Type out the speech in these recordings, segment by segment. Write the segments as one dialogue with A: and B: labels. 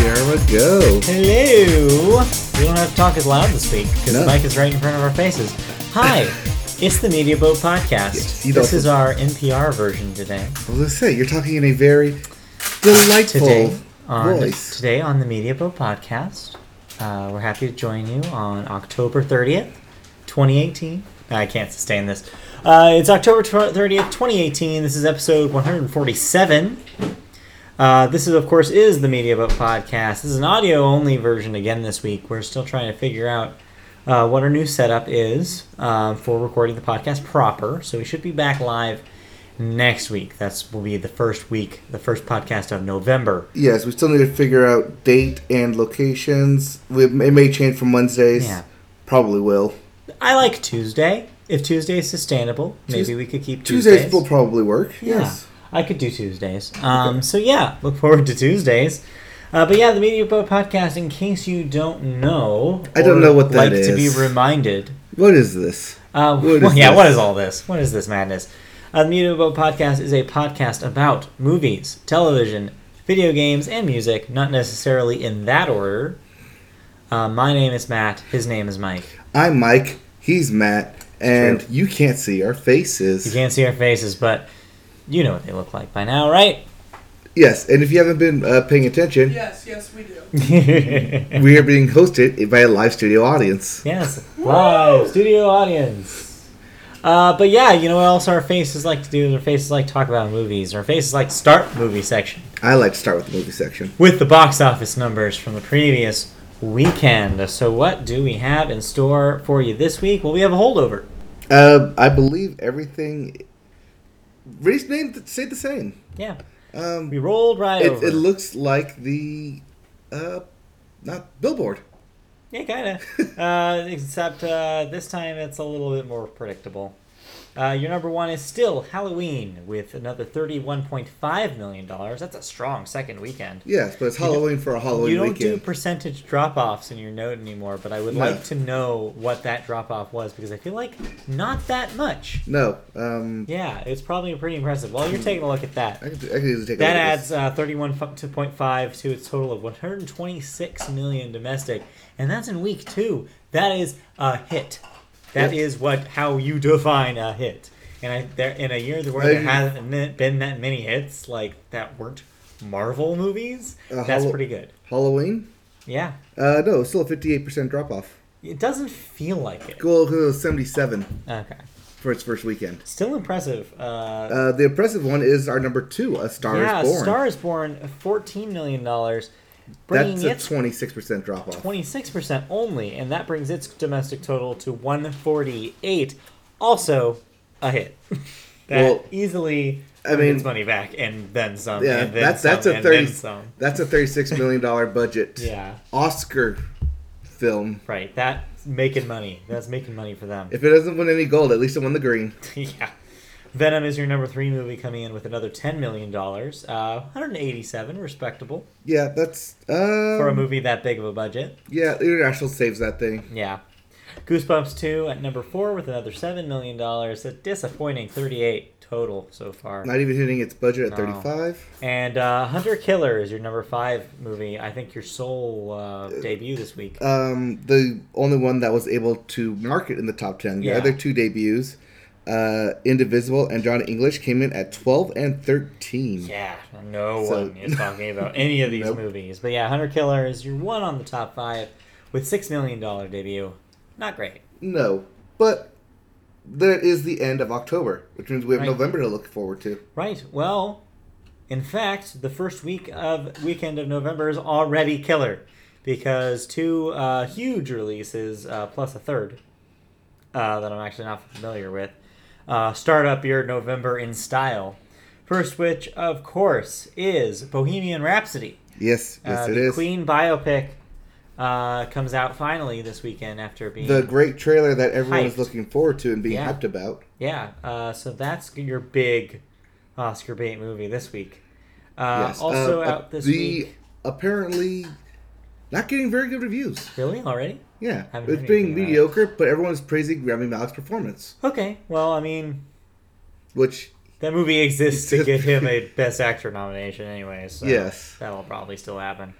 A: ago.
B: Hello. We don't have to talk as loud this week because
A: No.
B: the mic is right in front of our faces. Hi, it's the Media Boat Podcast.
A: Yes, you
B: this
A: don't-
B: is our NPR version today.
A: Well, let's say you're talking in a very delightful
B: Today on
A: voice.
B: today on the Media Boat Podcast, uh, we're happy to join you on October thirtieth, twenty eighteen. I can't sustain this. Uh, it's October thirtieth, twenty eighteen. This is episode one hundred forty seven. Uh, this is, of course, is the Media Boat podcast. This is an audio-only version again this week. We're still trying to figure out uh, what our new setup is uh, for recording the podcast proper. So we should be back live next week. That's will be the first week, the first podcast of November.
A: Yes, we still need to figure out date and locations. We, it may change from Wednesdays.
B: Yeah.
A: Probably will.
B: I like Tuesday. If Tuesday is sustainable, maybe
A: Tues-
B: we could keep
A: Tuesdays,
B: Tuesdays.
A: will probably work.
B: Yeah,
A: Yes.
B: I could do Tuesdays. Um, So yeah, look forward to Tuesdays. Uh, but yeah, the Media Boat podcast. In case you don't know,
A: I don't
B: or
A: know what that
B: like to be
A: is.
B: reminded.
A: What is this?
B: Uh,
A: What
B: well,
A: is
B: yeah,
A: this?
B: what is all this? What is this madness? Uh, the Media Boat podcast is a podcast about movies, television, video games, and music. Not necessarily in that order. Uh, my name is Matt. His name is Mike.
A: I'm Mike. He's Matt. And
B: True.
A: you can't see our faces.
B: You can't see our faces, but you know what they look like by now, right?
A: Yes, and if you haven't been uh, paying attention,
C: Yes, yes, we do.
B: yes,
A: we are being hosted by a live studio audience.
B: live studio audience. Uh, but yeah, you know what else our faces like to do? Our faces like to talk about movies. Our faces like to start movie section
A: I like to start with the movie section.
B: with the box office numbers from the previous weekend. So what do we have in store for you this week? Well, we have a holdover.
A: Uh, I believe everything. Race name stayed the same.
B: Yeah,
A: Um,
B: we rolled right
A: it,
B: over.
A: it looks like the uh not billboard
B: Yeah, kind of. uh, except uh, this time it's a little bit more predictable. Uh, your number one is still Halloween with another thirty-one point five million dollars. That's a strong second weekend.
A: yes but it's halloween for a halloween
B: you don't do
A: weekend
B: percentage drop-offs in your note anymore, but I would
A: No.
B: like to know what that drop-off was because I feel like not that much.
A: no um
B: Yeah, it's probably pretty impressive. Well, you're taking a look at that.
A: i could, I could easily take
B: That
A: a look at this.
B: adds uh, 31.5 to its total of 126 million domestic, and that's in week two. That is a hit. That is
A: Yep.
B: what how you define a hit. And I, there, in a year where
A: I
B: there
A: agree.
B: hasn't been- been that many hits, like that weren't Marvel movies,
A: Uh,
B: that's
A: Hallo-
B: pretty good.
A: halloween
B: Yeah,
A: uh no it's still a 58 percent drop off
B: it doesn't feel like it.
A: well 'cause it was 77
B: Okay,
A: for its first weekend
B: still impressive.
A: uh
B: Uh,
A: the impressive one is our number two a star
B: yeah,
A: is born
B: Star is Born, fourteen million dollars, bringing
A: that's a
B: its
A: 26 percent drop off
B: 26% only, and that brings its domestic total to 148. Also, a hit. that
A: Well,
B: easily
A: I
B: I
A: mean-
B: its money back and then some.
A: yeah
B: and then
A: that's that's
B: some,
A: a
B: and
A: 30
B: then some.
A: that's a 36 million dollar budget
B: Yeah,
A: oscar film
B: right. That's making money. That's making money for them.
A: if it doesn't win any gold at least it won the green
B: yeah. Venom is your number three movie coming in with another $10 million. Uh, 187 respectable
A: Yeah, that's um,
B: for a movie that big of a budget.
A: Yeah, International saves that thing.
B: Yeah. Goosebumps 2 at number 4 with another $7 million. A disappointing 38 total so far.
A: Not even hitting its budget at
B: No.
A: 35.
B: And uh, Hunter Killer is your number 5 movie. I think your sole uh, debut this week.
A: Um, the only one that was able to mark it in the top 10. The
B: Yeah.
A: other two debuts, uh, Indivisible and John English, came in at 12 and 13.
B: Yeah, no
A: So-
B: one is talking about any of these
A: Nope.
B: movies. But yeah, Hunter Killer is your one on the top 5 with $6 million debut. Not great.
A: No, but there is the end of October, which means we have
B: Right. Uh,
A: November to look forward to.
B: Right. Well, in fact, the first week of weekend of November is already killer because two uh, huge releases uh, plus a third uh, that I'm actually not familiar with uh, start up your November in style. First, which of course is Bohemian Rhapsody.
A: Yes, yes,
B: uh,
A: it
B: the
A: is.
B: Queen biopic uh, comes out finally this weekend after being
A: The great trailer that everyone is
B: Hyped.
A: looking forward to and being
B: Yeah.
A: hyped about.
B: Yeah, uh, so that's your big Oscar bait movie this week. Uh,
A: yes.
B: Also
A: uh,
B: out this
A: the
B: week.
A: apparently not getting very good reviews.
B: Really already?
A: Yeah,
B: Haven't
A: it's
B: heard
A: being
B: anything about
A: mediocre, but everyone's praising Rami Malek's performance,
B: Okay. Well, I mean,
A: which
B: that movie exists to get him a Best Actor nomination, anyway. So
A: Yes.
B: that'll probably still happen.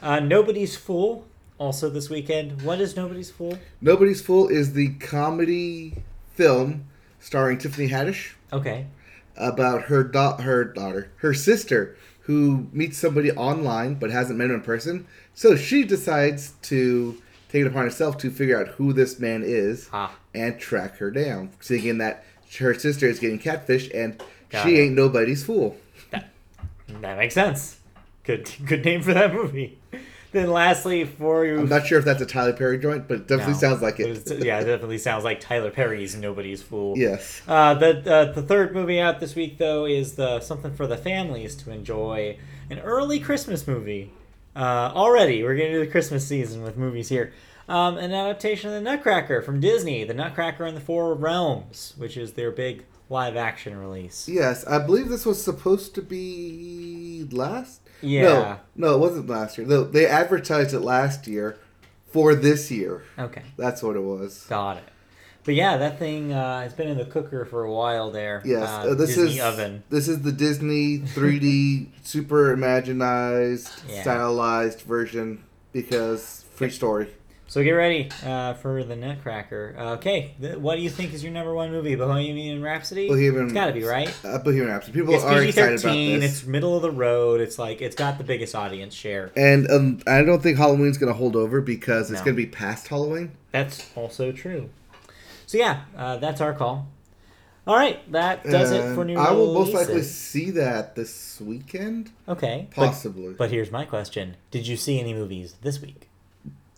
B: Uh, Nobody's Fool, also this weekend. What is Nobody's Fool?
A: Nobody's Fool is the comedy film starring Tiffany Haddish
B: Okay.
A: about her da- her daughter, her sister, who meets somebody online but hasn't met him in person. So she decides to take it upon herself to figure out who this man is
B: Ah.
A: and track her down, thinking that her sister is getting catfished and
B: Got
A: she
B: it.
A: ain't nobody's fool.
B: That makes sense. Good good name for that movie. Then lastly, for you.
A: I'm not sure if that's a Tyler Perry joint, but it definitely
B: No.
A: sounds like
B: It was-
A: it.
B: yeah, it definitely sounds like Tyler Perry's Nobody's Fool.
A: yes.
B: Uh, the uh, the third movie out this week though is the something for the families to enjoy, an early Christmas movie. Uh, already, we're getting to the Christmas season with movies here. Um, an adaptation of the Nutcracker from Disney, the Nutcracker and the Four Realms, which is their big live action release.
A: Yes, I believe this was supposed to be last.
B: Yeah.
A: No, no, it wasn't last year. No, they advertised it last year for this year.
B: Okay,
A: That's what it was.
B: got it. But yeah, that thing uh, has been in the cooker for a while there.
A: Yes,
B: uh,
A: uh, this
B: Disney
A: is
B: oven.
A: this is the Disney 3D super imaginized,
B: Yeah.
A: stylized version because free story.
B: So get ready uh, for the Nutcracker. Uh, okay, th- what do you think is your number one movie? Bohemian Rhapsody.
A: Bohemian-
B: It's got to be right.
A: Uh, Bohemian Rhapsody. People
B: It's
A: are
B: PG
A: excited about
B: thirteen.
A: this,
B: It's middle of the road. It's like it's got the biggest audience share.
A: and um, I don't think Halloween's going to hold over because it's
B: No.
A: going to be past Halloween.
B: That's also true. So yeah, uh, that's our call. All right, that does it for
A: And
B: new
A: I will most
B: releases.
A: likely see that this weekend,
B: Okay, but-
A: possibly.
B: But, here's my question: Did you see any movies this week?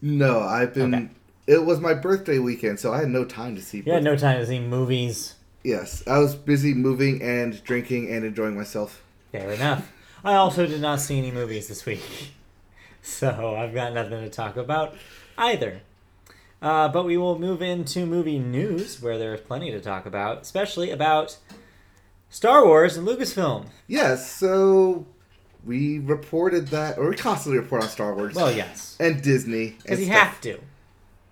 A: No, I've been.
B: Okay.
A: It was my birthday weekend, so I had no time to see.
B: You had no time to see movies.
A: Yes, I was busy moving and drinking and enjoying myself.
B: Fair enough. I also did not see any movies this week, so I've got nothing to talk about either. Uh, but we will move into movie news, where there is plenty to talk about, especially about Star Wars and Lucasfilm.
A: Yes, so we reported that, or we constantly report on Star Wars
B: Well, yes,
A: and Disney. and
B: because you
A: stuff.
B: have to.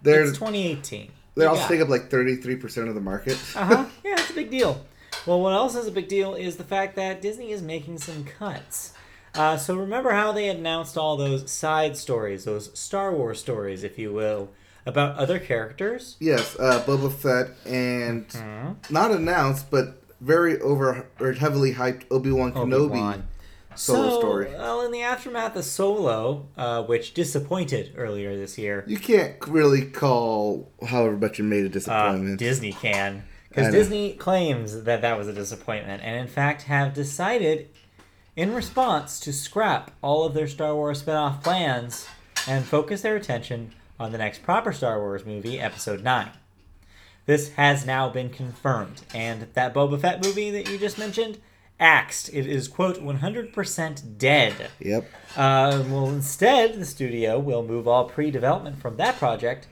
A: They're
B: it's 2018.
A: they
B: You
A: also
B: got
A: take up like thirty three percent of the market.
B: Uh huh. Yeah, it's a big deal. Well, what else is a big deal is the fact that Disney is making some cuts. Uh, so remember how they announced all those side stories, those Star Wars stories, if you will, about other characters?
A: Yes, uh, Boba Fett and
B: Mm-hmm.
A: not announced, but very over or heavily hyped Obi Wan Kenobi.
B: Obi-Wan.
A: solo
B: so,
A: story.
B: Well, in the aftermath of Solo, uh, which disappointed earlier this year,
A: You can't really call however much you made a
B: uh,
A: disappointment.
B: Disney can.
A: I
B: Because
A: know.
B: Disney claims that that was a disappointment, and in fact have decided, in response, to scrap all of their Star Wars spin off plans and focus their attention on the next proper Star Wars movie, Episode 9. This has now been confirmed, and that Boba Fett movie that you just mentioned, axed. It is, quote, 100% dead.
A: yep.
B: Uh, well, instead, the studio will move all pre development from that project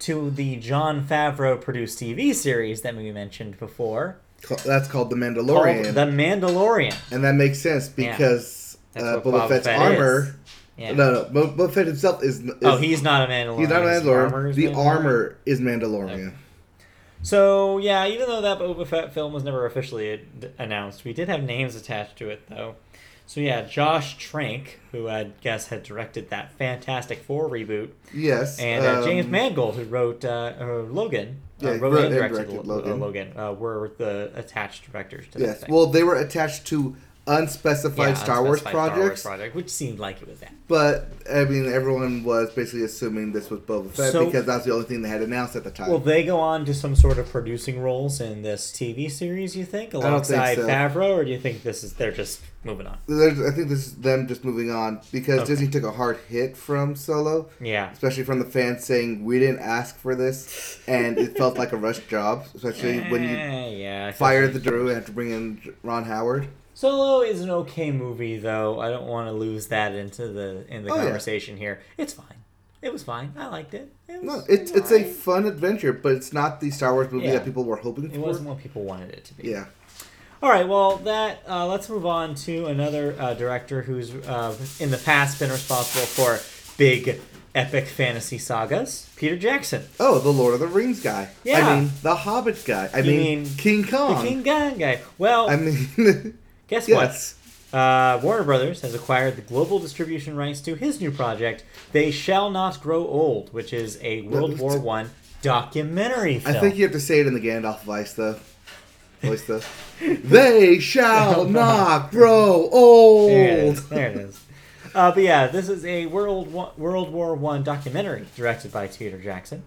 B: to the John Favreau produced TV series that we mentioned before
A: Ca- That's called the
B: called
A: Mandalorian.
B: The Mandalorian.
A: And that makes sense
B: Oh, Yeah.
A: because
B: That's
A: uh,
B: what
A: Boba
B: Boba
A: Fett's
B: Fett is.
A: armor.
B: Yeah.
A: No, no, Bo- Boba Fett himself is. is
B: oh, he's not a Mandalorian.
A: he's not
B: His
A: Mandalorian.
B: armor is
A: The
B: Mandalorian.
A: armor is Mandalorian.
B: So, yeah, even though that Boba Fett film was never officially ad- announced, we did have names attached to it, though. So, yeah, Josh Trank, who I guess had directed that Fantastic Four reboot,
A: Yes.
B: and uh,
A: um,
B: James Mangold, who wrote uh, uh, Logan,
A: Yeah,
B: uh,
A: he
B: wrote, and directed, Lo-
A: Logan.
B: uh, Logan uh, were the attached directors to that
A: Yes.
B: thing.
A: Well, they were attached to unspecified
B: Yeah,
A: Star Wars
B: unspecified Star
A: projects,
B: project, which seemed like it was that.
A: but I mean, everyone was basically assuming this was Boba Fett
B: So-
A: because that's the only thing they had announced at the time.
B: Will they go on to some sort of producing roles in this TV series? You think
A: don't think
B: alongside
A: so.
B: Favreau, or do you think this is they're just moving on?
A: There's, I think this is them just moving on because
B: Okay.
A: Disney took a hard hit from Solo.
B: Yeah,
A: especially from the fans saying we didn't ask for this, and it felt like a rush job, especially when you
B: Eh, yeah, 'cause
A: fire the Drew and have to bring in Ron Howard.
B: Solo is an okay movie, though. I don't want to lose that into the in the
A: Oh, yeah.
B: conversation here. It's fine. It was fine. I liked it. it was,
A: No, it's
B: it was
A: it's a
B: alright.
A: fun adventure, but it's not the Star Wars movie
B: Yeah.
A: that people were hoping
B: It
A: for.
B: wasn't what people wanted it to be.
A: Yeah,
B: All right. Well, that uh, let's move on to another uh, director who's uh, in the past been responsible for big, epic fantasy sagas. Peter Jackson,
A: oh, the Lord of the Rings guy. I
B: Yeah.
A: mean, the Hobbit guy. I
B: You
A: mean,
B: mean
A: King Kong.
B: the King Kong guy. Well,
A: I mean,
B: guess
A: yes,
B: Uh, Warner Brothers has acquired the global distribution rights to his new project, They Shall Not Grow Old, which is a World
A: it's-
B: War One documentary
A: I
B: film.
A: think you have to say it in the Gandalf voice, though. Voice, though. they shall not grow old.
B: There it is. There it is. Uh, but yeah, this is a World Wa- World War One documentary directed by Peter Jackson.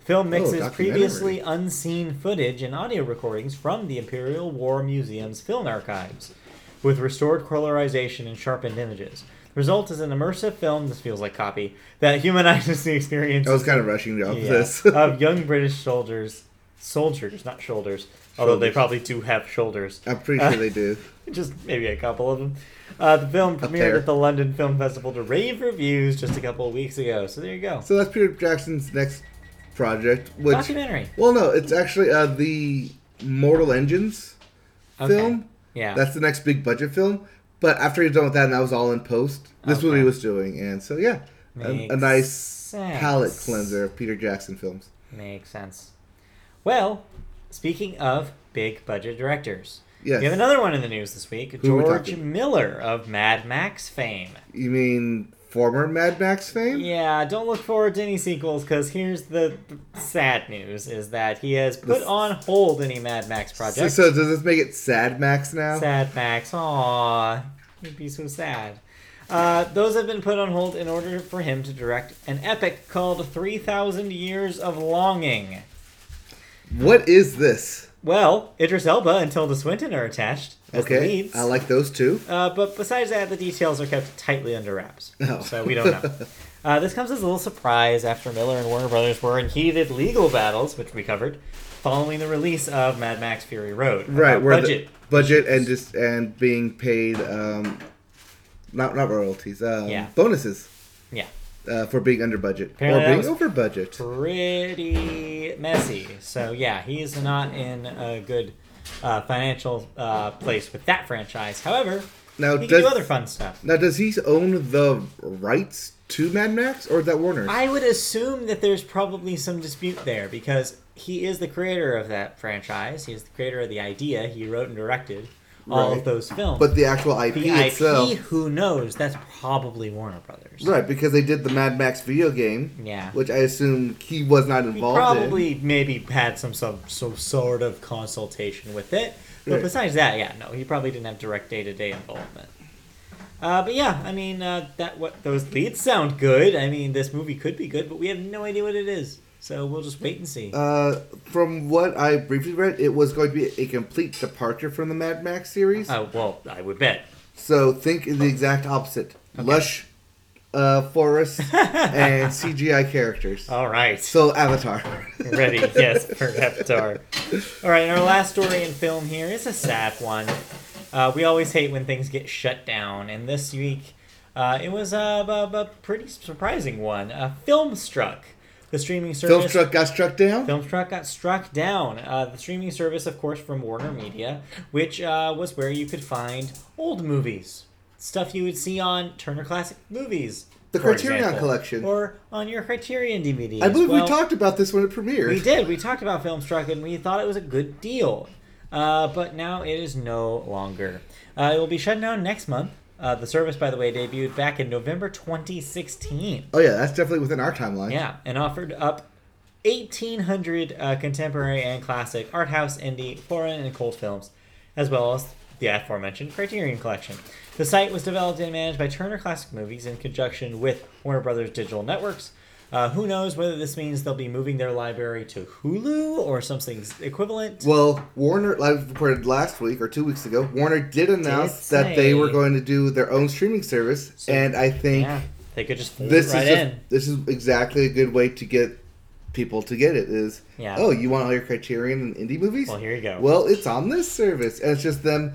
B: The film mixes
A: Oh, documentary.
B: previously unseen footage and audio recordings from the Imperial War Museum's film archives, with restored colorization and sharpened images. The result is an immersive film. This feels like copy that humanizes the experience
A: I was kind of rushing you off
B: yeah,
A: this.
B: of young British soldiers, soldiers, not shoulders, although they
A: Shoulders.
B: probably do have shoulders
A: I'm pretty sure they do.
B: just maybe a couple of them. Uh, the film premiered
A: there.
B: at the London Film Festival to rave reviews just a couple of weeks ago. So there you go.
A: So that's Peter Jackson's next project, which
B: Documentary.
A: well, no, it's actually uh, the Mortal Engines
B: Okay.
A: film.
B: Yeah.
A: That's the next big budget film. But after he's done with that, and that was all in post, this was what
B: Okay.
A: he was doing, and so yeah, a, a
B: Makes
A: nice
B: sense.
A: palate cleanser of Peter Jackson films.
B: Makes sense. Well, speaking of big budget directors,
A: Yes.
B: we have another one in the news this week
A: are we
B: George
A: talking?
B: Miller of Mad Max fame.
A: You mean former Mad Max fame?
B: Yeah, don't look forward to any sequels because here's the sad news is that he has
A: s-
B: put on hold any Mad Max
A: So,
B: project.
A: so does this make it Sad Max now?
B: Sad Max. Aw, you'd be so sad. Uh, those have been put on hold in order for him to direct an epic called 3,000 Years of Longing.
A: What is this?
B: Well, Idris Elba and Tilda Swinton are attached as the
A: Okay,
B: leads.
A: I like those two.
B: Uh, but besides that, the details are kept tightly under wraps,
A: Oh.
B: so we don't know. Uh, this comes as a little surprise after Miller and Warner Brothers were in heated legal battles, which we covered, following the release of Mad Max Fury Road.
A: right
B: about
A: where
B: budget.
A: the budget and just and being paid um not not royalties um,
B: Yeah.
A: bonuses
B: Yeah.
A: uh, for being under budget
B: Apparently
A: or
B: that
A: being
B: was-
A: over budget
B: pretty messy. So yeah, he's not in a good uh, financial uh, place with that franchise. However,
A: now
B: he can do
A: does
B: other fun stuff.
A: now does he own the rights to mad max or is that warner
B: I would assume that there's probably some dispute there because he is the creator of that franchise. He is the creator of the idea. He wrote and directed all of
A: Right.
B: those films.
A: but the actual ip
B: the IP,
A: itself
B: who knows? That's probably Warner Brothers.
A: right because they did the mad max video game
B: Yeah.
A: which i assume he was not
B: He
A: involved in
B: probably maybe had some, some some sort of consultation with it, but
A: Right.
B: besides that, yeah, no, he probably didn't have direct day to day involvement. Uh, but yeah, I mean uh, that what those leads sound good. I mean this movie could be good, but we have no idea what it is, so we'll just wait and see.
A: uh, from what I briefly read, it was going to be a complete departure from the Mad Max series.
B: Uh, well, I would bet.
A: So think the exact opposite: lush uh, forests and CGI characters.
B: All right.
A: So Avatar.
B: ready, yes, for Avatar. All right, our last story in film here is a sad one. Uh, we always hate when things get shut down, and this week uh, it was a, a, a pretty surprising one. Uh, Filmstruck, the streaming
A: Film
B: service.
A: struck got struck down.
B: Filmstruck got struck down. Uh, the streaming service, of course, from Warner Media, which uh, was where you could find old movies, stuff you would see on Turner Classic Movies.
A: The
B: for
A: Criterion
B: example,
A: Collection.
B: Or on your Criterion DVD.
A: I
B: as
A: believe
B: well.
A: we talked about this when it premiered.
B: We did. We talked about Filmstruck and we thought it was a good deal. Uh, but now it is no longer. Uh, it will be shut down next month. Uh, the service, by the way, debuted back in November 2016.
A: Oh yeah, that's definitely within our timeline.
B: Yeah, and offered up 1,800 uh, contemporary and classic art house, indie, foreign, and cult films, as well as the aforementioned Criterion Collection. The site was developed and managed by Turner Classic Movies in conjunction with Warner Brothers Digital Networks. Uh, who knows whether this means they'll be moving their library to Hulu or something equivalent?
A: Well, Warner, I reported last week or two weeks ago, Warner did announce
B: Did
A: that they were
B: say.
A: going to do their own streaming service,
B: So-
A: and I think
B: yeah, they could just fold
A: this
B: right
A: is just-
B: in.
A: this is exactly a good way to get people to get it. Is
B: Yeah.
A: oh, you want all your Criterion and indie movies?
B: Well, here you go.
A: Well, it's on this service, and it's just them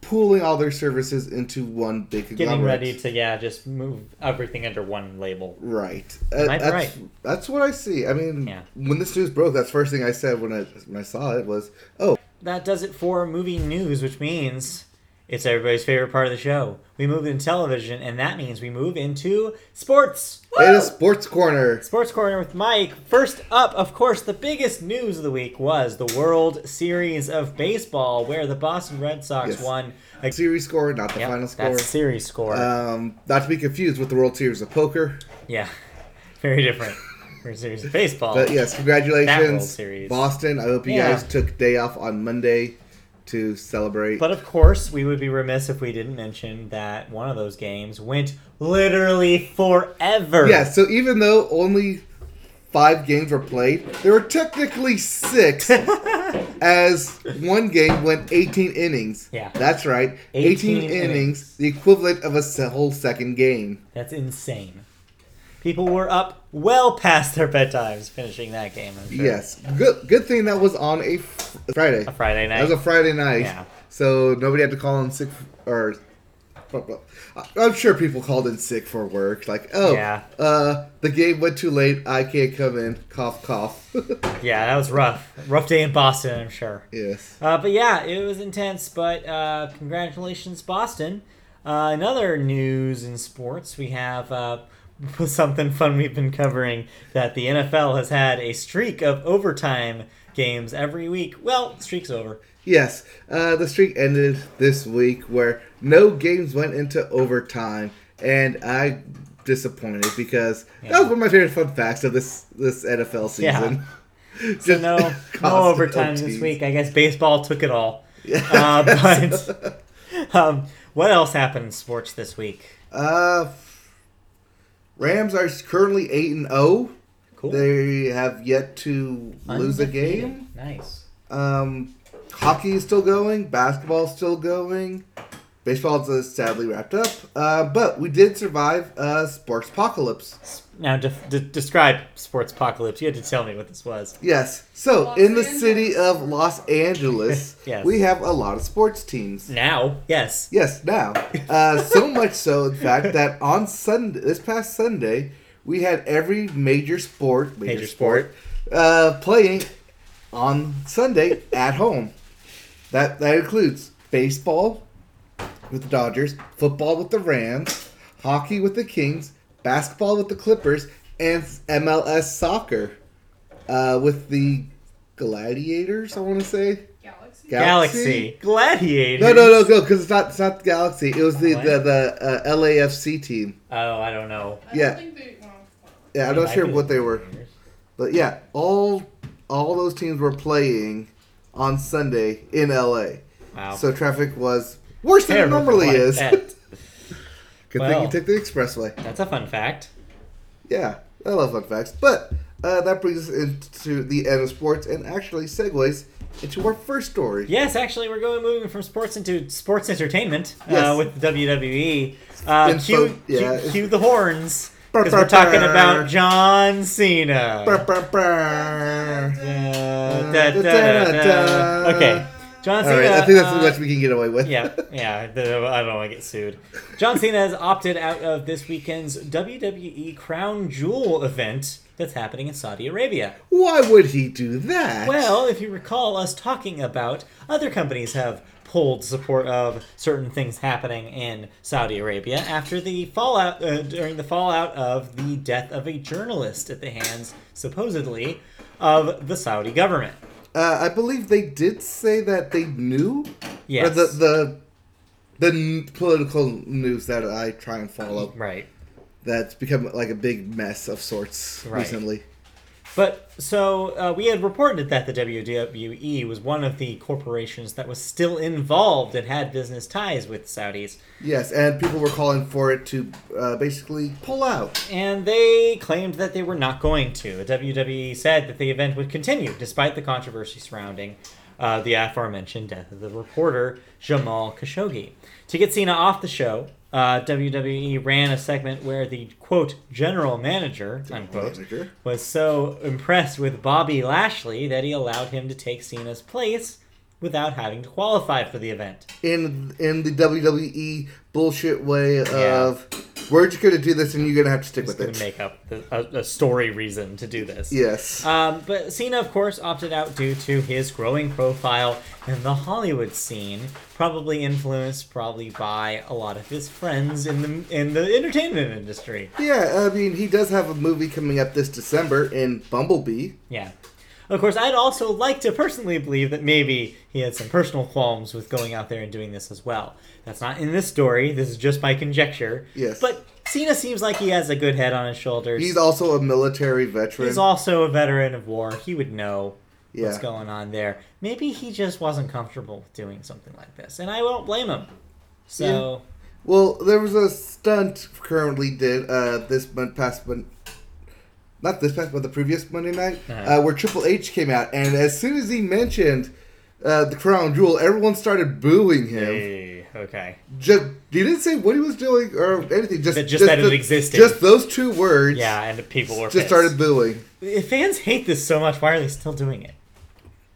A: pooling all their services into one big
B: Getting
A: conglomerate.
B: ready to, yeah, just move everything under one label.
A: Right. Uh,
B: might be
A: that's,
B: right.
A: That's what I see. I mean,
B: Yeah.
A: when this news broke, that's the first thing I said when I when I saw it was, "Oh,
B: that does it for movie news, which means it's everybody's favorite part of the show. We move into television, and that means we move into sports.
A: it is sports corner."
B: Sports Corner with Mike. First up, of course, the biggest news of the week was the World Series of Baseball, where the Boston Red Sox
A: Yes.
B: won Like,
A: Series score, not the
B: yep,
A: final score.
B: That's series score.
A: Um, not to be confused with the World Series of Poker.
B: yeah, very different. For series of baseball.
A: But yes,
B: That World
A: congratulations,
B: Series.
A: Boston. I hope you
B: Yeah.
A: guys took day off on Monday to celebrate.
B: But of course, we would be remiss if we didn't mention that one of those games went literally forever.
A: yeah, so even though only five games were played, there were technically six, as one game went 18 innings.
B: Yeah.
A: That's right,
B: 18
A: 18, innings,
B: innings.
A: the equivalent of a se- whole second game.
B: That's insane. People were up well past their bedtimes finishing that game. I'm sure.
A: Yes, good good thing that was on a fr- Friday.
B: A Friday night.
A: That was a Friday night.
B: Yeah.
A: So nobody had to call in sick or. I'm sure people called in sick for work. Like, oh,
B: Yeah.
A: uh, the game went too late. I can't come in. Cough, cough.
B: yeah, that was rough. Rough day in Boston, I'm sure.
A: yes.
B: Uh, but yeah, it was intense. But uh, congratulations, Boston. Uh, in other news in sports, we have uh, something fun we've been covering that the NFL has had a streak of overtime games every week. Well, streak's over.
A: Yes. Uh, the streak ended this week where no games went into overtime, and I disappointed because that was one of my favorite fun facts of this this NFL
B: Yeah.
A: season.
B: So no, no
A: constant
B: overtime this
A: OTs.
B: week. I guess baseball took it all. Uh, but um, what else happened in sports this week?
A: Uh, Rams are currently eight and zero.
B: Cool.
A: They have yet to lose a
B: Undefeated.
A: game.
B: Nice.
A: Um, hockey is still going. Basketball is still going. Baseball is sadly wrapped up. Uh, but we did survive a sports apocalypse.
B: Now def de- describe sports apocalypse. You had to tell me what this was.
A: Yes. So
C: Los
A: in the
C: Angeles.
A: city of Los Angeles,
B: Yes.
A: we have a lot of sports teams.
B: Now, yes.
A: Yes, now. Uh, so much so, in fact, that on Sunday, this past Sunday, we had every major sport, major,
B: Major
A: sport, uh, playing on Sunday at home. That that includes baseball with the Dodgers, football with the Rams, hockey with the Kings, basketball with the Clippers, and MLS soccer uh, with the Gladiators. I want to say
C: Galaxy.
B: Galaxy. Gladiator.
A: no, no, no, go because it's not. It's not the Galaxy. It was the
B: What?
A: the, the uh, LAFC team.
B: Oh, I don't know.
C: I
A: Yeah.
C: don't think they. Well,
A: Yeah, I'm
B: It
A: not
B: might
A: sure
B: be
A: what they were,
B: Gladiators.
A: but yeah, all all those teams were playing on Sunday in LA.
B: Wow.
A: So traffic was worse than
B: Terrible
A: it normally
B: like
A: is.
B: that.
A: Good thing
B: Well.
A: you took the expressway.
B: That's a fun fact.
A: Yeah, I love fun facts. But uh, that brings us into the end of sports and actually segues into our first story.
B: Yes, actually, we're going moving from sports into sports entertainment uh,
A: Yes.
B: with WWE. Uh,
A: Info-
B: cue,
A: yeah.
B: cue, cue the horns
A: Brr,
B: because
A: brr,
B: we're talking
A: brr.
B: about John Cena.
A: Brr, brr, brr.
B: Da, da,
A: Da,
B: da,
A: da,
B: da,
A: da.
B: da. Okay, John
A: All
B: Cena.
A: right, I think that's
B: uh,
A: as much we can get away with.
B: yeah, yeah. the- I don't want to get sued. John Cena has opted out of this weekend's WWE Crown Jewel event that's happening in Saudi Arabia.
A: Why would he do that?
B: Well, if you recall us talking about other companies have pulled support of certain things happening in Saudi Arabia after the fallout uh, during the fallout of the death of a journalist at the hands supposedly of the Saudi government.
A: uh, I believe they did say that they knew.
B: Yes.
A: Or the the the n- political news that I try and follow
B: right.
A: that's become like a big mess of sorts
B: Right.
A: recently.
B: But so uh, we had reported that the WWE was one of the corporations that was still involved and had business ties with Saudis.
A: Yes, and people were calling for it to uh, basically pull out.
B: and they claimed that they were not going to. The WWE said that the event would continue despite the controversy surrounding uh, the aforementioned death of the reporter Jamal Khashoggi. To get Cena off the show, uh, WWE ran a segment where the quote general manager unquote
A: Manager.
B: was so impressed with Bobby Lashley that he allowed him to take Cena's place without having to qualify for the event.
A: in in the WWE bullshit way of
B: Yeah.
A: we're just gonna do this and you're gonna have to stick
B: Just
A: with
B: going
A: it.
B: to make up a, a story reason to do this.
A: yes.
B: Um, but Cena, of course, opted out due to his growing profile in the Hollywood scene, probably influenced probably by a lot of his friends in the in the entertainment industry.
A: yeah, I mean he does have a movie coming up this December in Bumblebee.
B: Yeah. Of course, I'd also like to personally believe that maybe he had some personal qualms with going out there and doing this as well. That's not in this story. This is just my conjecture.
A: Yes.
B: But Cena seems like he has a good head on his shoulders.
A: He's also a military veteran.
B: He's also a veteran of war. He would know
A: yeah.
B: what's going on there. Maybe he just wasn't comfortable doing something like this, and I won't blame him. So
A: Well, there was a stunt currently did uh, this month, past month, not this past, but the previous Monday night,
B: Uh-huh.
A: uh, where Triple H came out, and as soon as he mentioned uh, the crown jewel, everyone started booing him.
B: Hey, okay,
A: Just he didn't say what he was doing or anything. Just
B: That- just that it existed.
A: Just those two words.
B: yeah, and people were
A: Just
B: pissed.
A: started booing.
B: If fans hate this so much, why are they still doing it?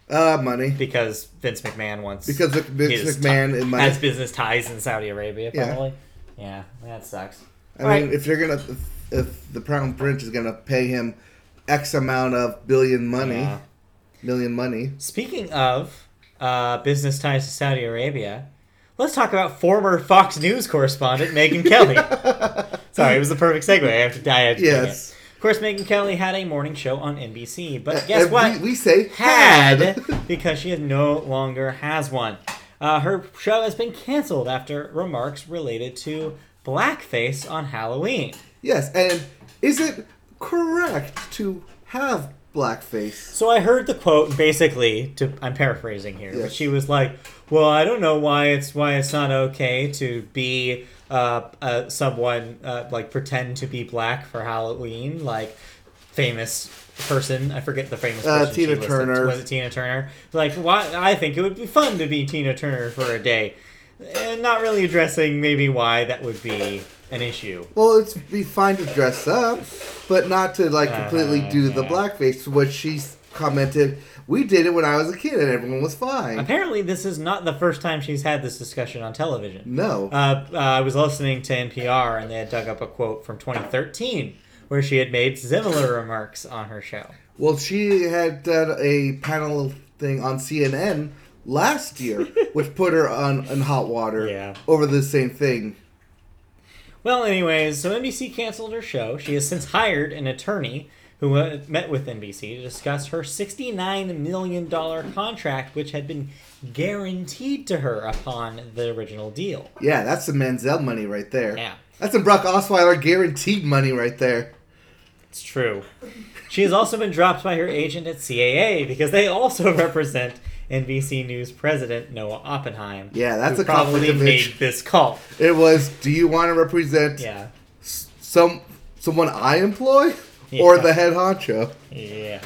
A: Uh, money.
B: Because Vince McMahon wants
A: Because Vic- Vince
B: his
A: McMahon
B: ti-
A: and money.
B: has business ties in Saudi Arabia,
A: Yeah.
B: probably. Yeah, that sucks.
A: I
B: All right.
A: mean, if you're gonna, if, if the crown prince is gonna pay him X amount of billion money,
B: Yeah.
A: million money.
B: Speaking of uh, business ties to Saudi Arabia, let's talk about former Fox News correspondent Megan Kelly. Sorry, it was the perfect segue. I have to die. Yes.
A: Yes.
B: Of course, Megan Kelly had a morning show on NBC, but
A: And
B: guess
A: we-
B: what?
A: eh, We, say
B: had because she no longer has one. Uh, her show has been canceled after remarks related to blackface on Halloween.
A: Yes, and is it correct to have blackface?
B: So I heard the quote basically to I'm paraphrasing here,
A: Yes.
B: but she was like, "Well, I don't know why it's why it's not okay to be uh, uh someone uh, like pretend to be black for Halloween, like famous person. I forget the famous
A: Uh,
B: person. she
A: Tina
B: listed.
A: Turner.
B: was it Tina Turner? Like, why? I think it would be fun to be Tina Turner for a day, and not really addressing maybe why that would be an issue.
A: Well, it's be fine to dress up, but not to like completely do the
B: Uh,
A: blackface. What she s- commented, we did it when I was a kid, and everyone was fine.
B: Apparently, this is not the first time she's had this discussion on television.
A: No,
B: Uh, uh, I was listening to NPR and they had dug up a quote from 2013 where she had made similar remarks on her show.
A: well, she had done a panel thing on CNN last year, which put her on in hot water
B: Yeah.
A: over the same thing.
B: Well, anyways, so NBC canceled her show. She has since hired an attorney who uh, met with NBC to discuss her $69 million contract, which had been guaranteed to her upon the original deal.
A: Yeah, that's some Manziel money right there.
B: Yeah.
A: That's some Brock Osweiler guaranteed money right there.
B: It's true. She has also been dropped by her agent at CAA because they also represent NBC News president Noah Oppenheim.
A: Yeah, that's
B: who
A: a conflict
B: probably
A: of
B: made
A: interest.
B: this call.
A: It was, do you want to represent
B: Yeah,
A: some someone I employ
B: Yeah.
A: or the head honcho?
B: yeah.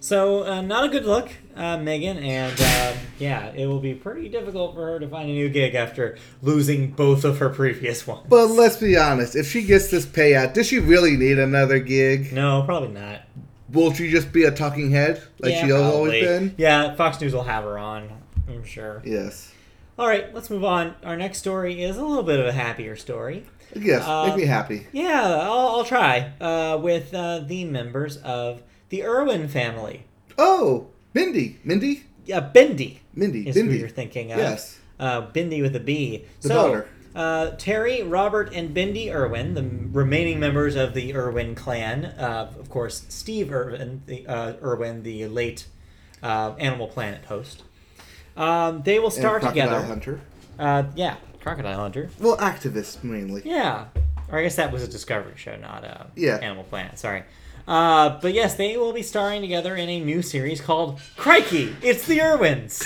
B: So uh, not a good look, uh, Megan, and um yeah, it will be pretty difficult for her to find a new gig after losing both of her previous ones.
A: But let's be honest, if she gets this payout, does she really need another gig?
B: no, probably not.
A: Will she just be a talking head like
B: yeah,
A: she has
B: probably.
A: always been?
B: Yeah, Fox News will have her on. I'm sure.
A: Yes.
B: All right, let's move on. Our next story is a little bit of a happier story.
A: Yes,
B: Um,
A: make me happy.
B: Yeah, I'll, I'll try uh, with uh, the members of the Irwin family.
A: Oh, Mindy. Mindy?
B: Yeah, Bindi
A: Mindy.
B: is who
A: Mindy.
B: you're thinking of.
A: Yes.
B: Uh, Bindi with a B.
A: The
B: so,
A: daughter.
B: Uh, Terry, Robert, and Bindi Irwin, the remaining members of the Irwin clan. Uh, of course, Steve Irwin, the, uh, Irwin, the late uh, Animal Planet host. Um, they will
A: And
B: star
A: Crocodile
B: together.
A: Hunter.
B: Uh, yeah, Crocodile Hunter.
A: Well, activist mainly.
B: Yeah. Or I guess that was a Discovery show, not uh,
A: Yeah.
B: Animal Planet. Sorry. Uh, but yes, they will be starring together in a new series called Crikey! It's the Irwins.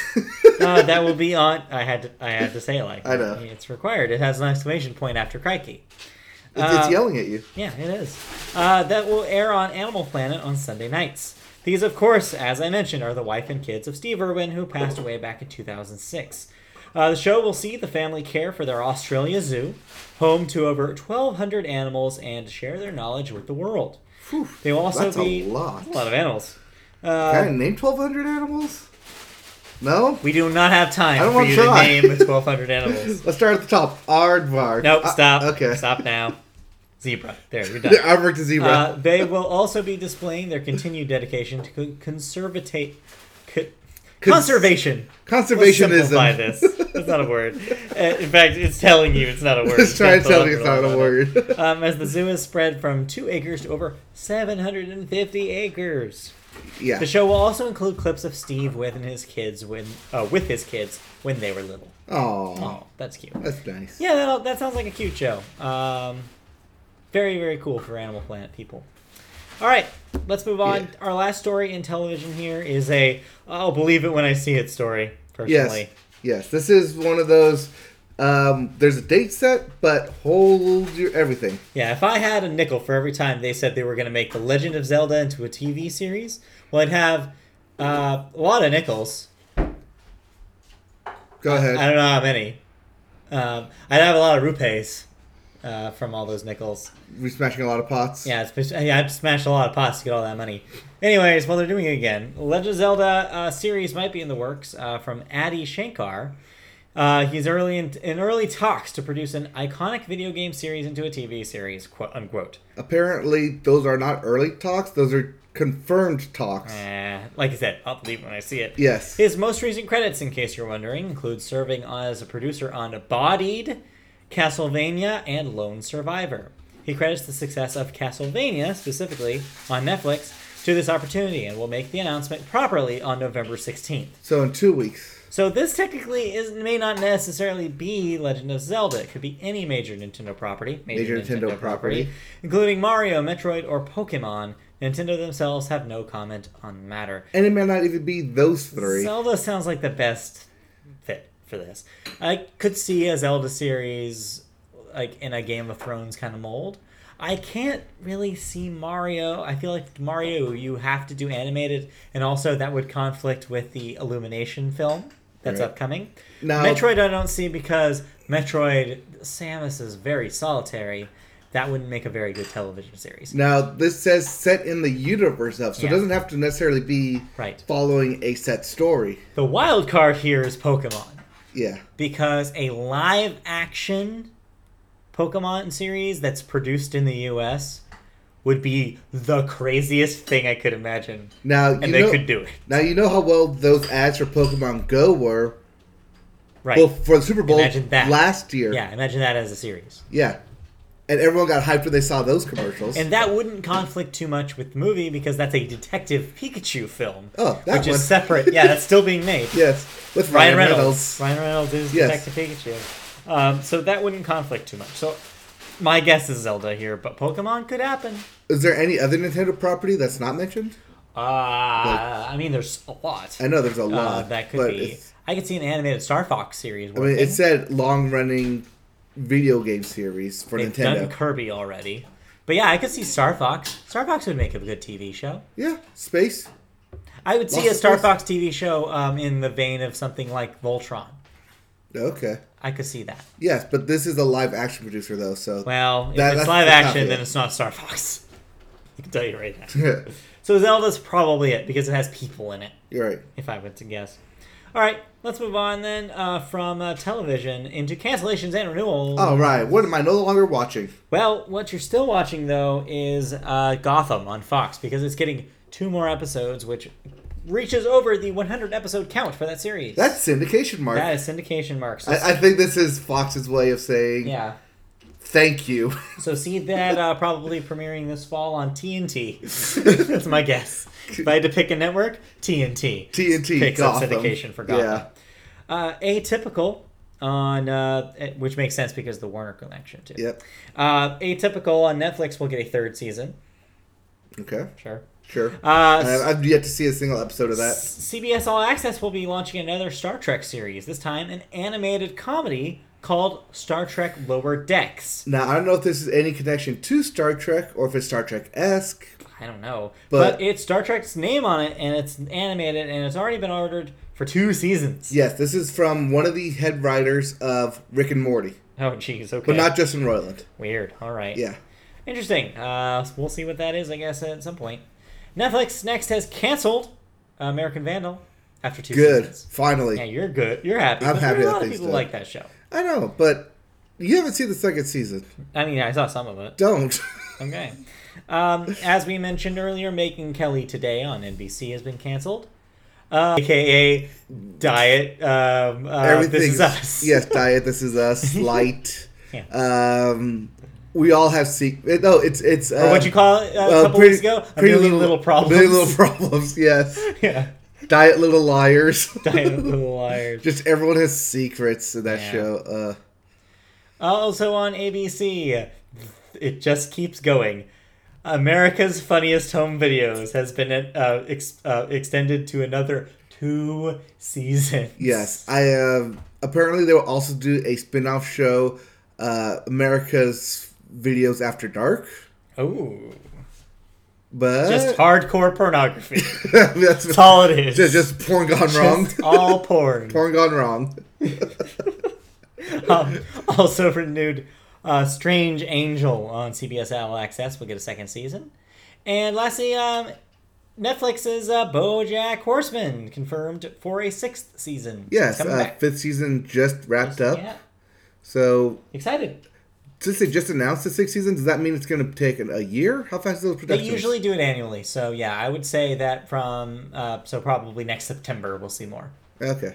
B: uh, that will be on. I had to, I had to say it like
A: I
B: that.
A: know.
B: it's required. It has an exclamation point after Crikey.
A: It's, it's
B: Uh,
A: yelling at you.
B: Yeah, it is. Uh, that will air on Animal Planet on Sunday nights. These, of course, as I mentioned, are the wife and kids of Steve Irwin, who passed away back in 2006. Uh, the show will see the family care for their Australia zoo, home to over 1,200 animals, and share their knowledge with the world.
A: Whew,
B: They will also
A: That's
B: be
A: a lot.
B: That's a lot of animals.
A: Can
B: Uh,
A: I name 1,200 animals? No?
B: we do not have
A: I
B: time
A: don't
B: for
A: wanna
B: you
A: try.
B: to name 1,200 animals.
A: Let's start at the top. Aardvark.
B: Nope,
A: Uh,
B: stop.
A: okay.
B: Stop now. Zebra. There, you're done.
A: The Aardvark to zebra.
B: Uh, they will also be displaying their continued dedication to conservate, co- Conservation.
A: Conservationism.
B: Let's simplify this. That's not a word. Uh, In fact, it's telling you it's not a word.
A: Just try
B: can't
A: to tell
B: talk
A: you it's
B: at all
A: not a
B: about it.
A: word.
B: Um, as the zoo has spread from two acres to over 750 acres.
A: yeah.
B: The show will also include clips of Steve with and his kids when uh, with his kids when they were little.
A: Oh,
B: Oh, that's cute.
A: that's nice.
B: Yeah, that that sounds like a cute show. Um, very very cool for Animal Planet people. All right, let's move on.
A: Yeah.
B: Our last story in television here is a I'll believe it when I see it story. Personally,
A: Yes. Yes. This is one of those. Um, there's a date set, but hold your everything.
B: yeah. If I had a nickel for every time they said they were going to make the Legend of Zelda into a TV series, well, I'd have uh, a lot of nickels.
A: Go ahead.
B: I don't know how many. Um, I'd have a lot of rupees uh, from all those nickels.
A: We're smashing a lot of pots.
B: Yeah, it's, yeah, I'd smash a lot of pots to get all that money. Anyways, while they're doing it again, Legend of Zelda uh, series might be in the works uh, from Adi Shankar. Uh, he's early in, in early talks to produce an iconic video game series into a TV series, quote unquote.
A: Apparently, those are not early talks. Those are confirmed talks.
B: Eh, like I said, I'll believe it when I see it.
A: Yes.
B: His most recent credits, in case you're wondering, include serving on- as a producer on Bodied, Castlevania, and Lone Survivor. He credits the success of Castlevania, specifically on Netflix, to this opportunity and will make the announcement properly on November 16th.
A: So in two weeks.
B: So this technically is, may not necessarily be Legend of Zelda. It could be any major Nintendo property,
A: Major Nintendo property.
B: including Mario, Metroid, or Pokemon. Nintendo themselves have no comment on the matter.
A: And it may not even be those three.
B: Zelda sounds like the best fit for this. I could see a Zelda series like in a Game of Thrones kind of mold. I can't really see Mario. I feel like Mario you have to do animated and also that would conflict with the Illumination film that's
A: Right.
B: upcoming.
A: Now-
B: Metroid I don't see because Metroid Samus is very solitary. That wouldn't make a very good television series.
A: now, this says set in the universe of, so
B: Yeah.
A: it doesn't have to necessarily be
B: Right.
A: following a set story.
B: The wild card here is Pokemon.
A: Yeah.
B: because a live action Pokemon series that's produced in the US would be the craziest thing I could imagine.
A: Now you
B: And they
A: know,
B: could do it.
A: Now you know how well those ads for Pokemon Go were.
B: Right.
A: Well, for the Super Bowl
B: Imagine that.
A: last year.
B: yeah, imagine that as a series.
A: Yeah. And everyone got hyped when they saw those commercials.
B: And that wouldn't conflict too much with the movie because that's a Detective Pikachu film.
A: Oh, that
B: Which
A: one.
B: is separate. Yeah, that's still being made.
A: yes, with
B: Ryan Reynolds. Ryan Reynolds is
A: Yes.
B: Detective Pikachu. Um, so that wouldn't conflict too much. So my guess is Zelda here, but Pokemon could happen.
A: Is there any other Nintendo property that's not mentioned?
B: Uh, I mean, there's a lot.
A: I know there's a
B: Uh,
A: lot.
B: that could
A: but
B: be.
A: It's,
B: I could see an animated Star Fox series.
A: I mean,
B: working.
A: it said long running video game series for
B: They've
A: Nintendo.
B: done Kirby already, but yeah, I could see Star Fox. Star Fox would make a good TV show.
A: yeah, space.
B: I would see
A: Lots
B: a
A: of
B: Star
A: space.
B: Fox TV show um, in the vein of something like Voltron.
A: Okay.
B: I could see that.
A: Yes, but this is a live action producer though, so
B: Well, if
A: That-
B: it's
A: that's
B: live
A: the
B: action,
A: caveat.
B: then it's not Star Fox. I can tell you right now. so Zelda's probably it because it has people in it.
A: you're right.
B: if I were to guess. All right, let's move on then uh, from uh, television into cancellations and renewals.
A: All Oh, right, what am I no longer watching?
B: Well, what you're still watching though is uh, Gotham on Fox because it's getting two more episodes, which reaches over the 100 episode count for that series.
A: That's syndication, Mark.
B: that is syndication marks.
A: I, I think this is Fox's way of saying
B: yeah.
A: thank you.
B: So see that uh, probably premiering this fall on TNT. That's my guess. If I had to pick a network, TNT.
A: TNT
B: picks
A: Gotham.
B: up syndication for Gotham.
A: Yeah.
B: Uh, atypical on uh, eh, which makes sense because the Warner connection too.
A: Yep.
B: Uh, atypical on Netflix will get a third season.
A: Okay.
B: Sure.
A: Sure.
B: Uh,
A: I- I've yet to see a single episode of that.
B: CBS All Access will be launching another Star Trek series. This time, an animated comedy called Star Trek Lower Decks.
A: Now I don't know if this is any connection to Star Trek or if it's Star Trek esque.
B: I don't know, but,
A: But-
B: it's Star Trek's name on it, and it's animated, and it's already been ordered for two seasons.
A: Yes, this is from one of the head writers of Rick and Morty,
B: Oh, jeez. Okay.
A: but not Justin Roiland.
B: Weird. All right.
A: Yeah.
B: Interesting. Uh, we'll see what that is, I guess, at some point. Netflix next has canceled American Vandal after two
A: Good.
B: seasons.
A: Finally.
B: Yeah, you're good. You're happy.
A: I'm
B: but there are
A: happy
B: A
A: that
B: lot of
A: thing's
B: people
A: done.
B: like that show.
A: I know, but you haven't seen the second season.
B: I mean, I saw some of it.
A: Don't.
B: Okay. Um, as we mentioned earlier, Making Kelly Today on NBC has been canceled. uh, aka Diet. Um, uh, this is us.
A: Yes, diet. This is us. Light.
B: Yeah.
A: Um, we all have secret. No, it's it's. Uh,
B: Or what you call it uh, a
A: uh,
B: couple
A: pretty-
B: weeks ago? A
A: pretty
B: million little, problems.
A: A million little problems. Yes.
B: yeah.
A: diet little liars.
B: Diet little liars.
A: Just everyone has secrets in that
B: Yeah.
A: show. Uh,
B: Also on ABC, it just keeps going. America's Funniest Home Videos has been uh, ex- uh, extended to another two seasons.
A: yes, I um apparently they will also do a spin-off show, uh, America's Videos After Dark.
B: Oh,
A: But
B: just hardcore pornography.
A: that's
B: That's all it is.
A: just, just porn gone wrong.
B: Just all porn.
A: porn gone wrong.
B: Um, also renewed uh, Strange Angel on CBS All Access. We'll get a second season. And lastly, um, Netflix's uh, BoJack Horseman confirmed for a sixth season. It's
A: Yes,
B: coming
A: uh,
B: back.
A: fifth season just wrapped up.
B: Yeah,
A: So
B: excited.
A: since they just announced the sixth season, does that mean it's going to take an- a year? How fast is those
B: They
A: productions?
B: usually do it annually, so yeah, I would say that from uh, so probably next September we'll see more.
A: okay.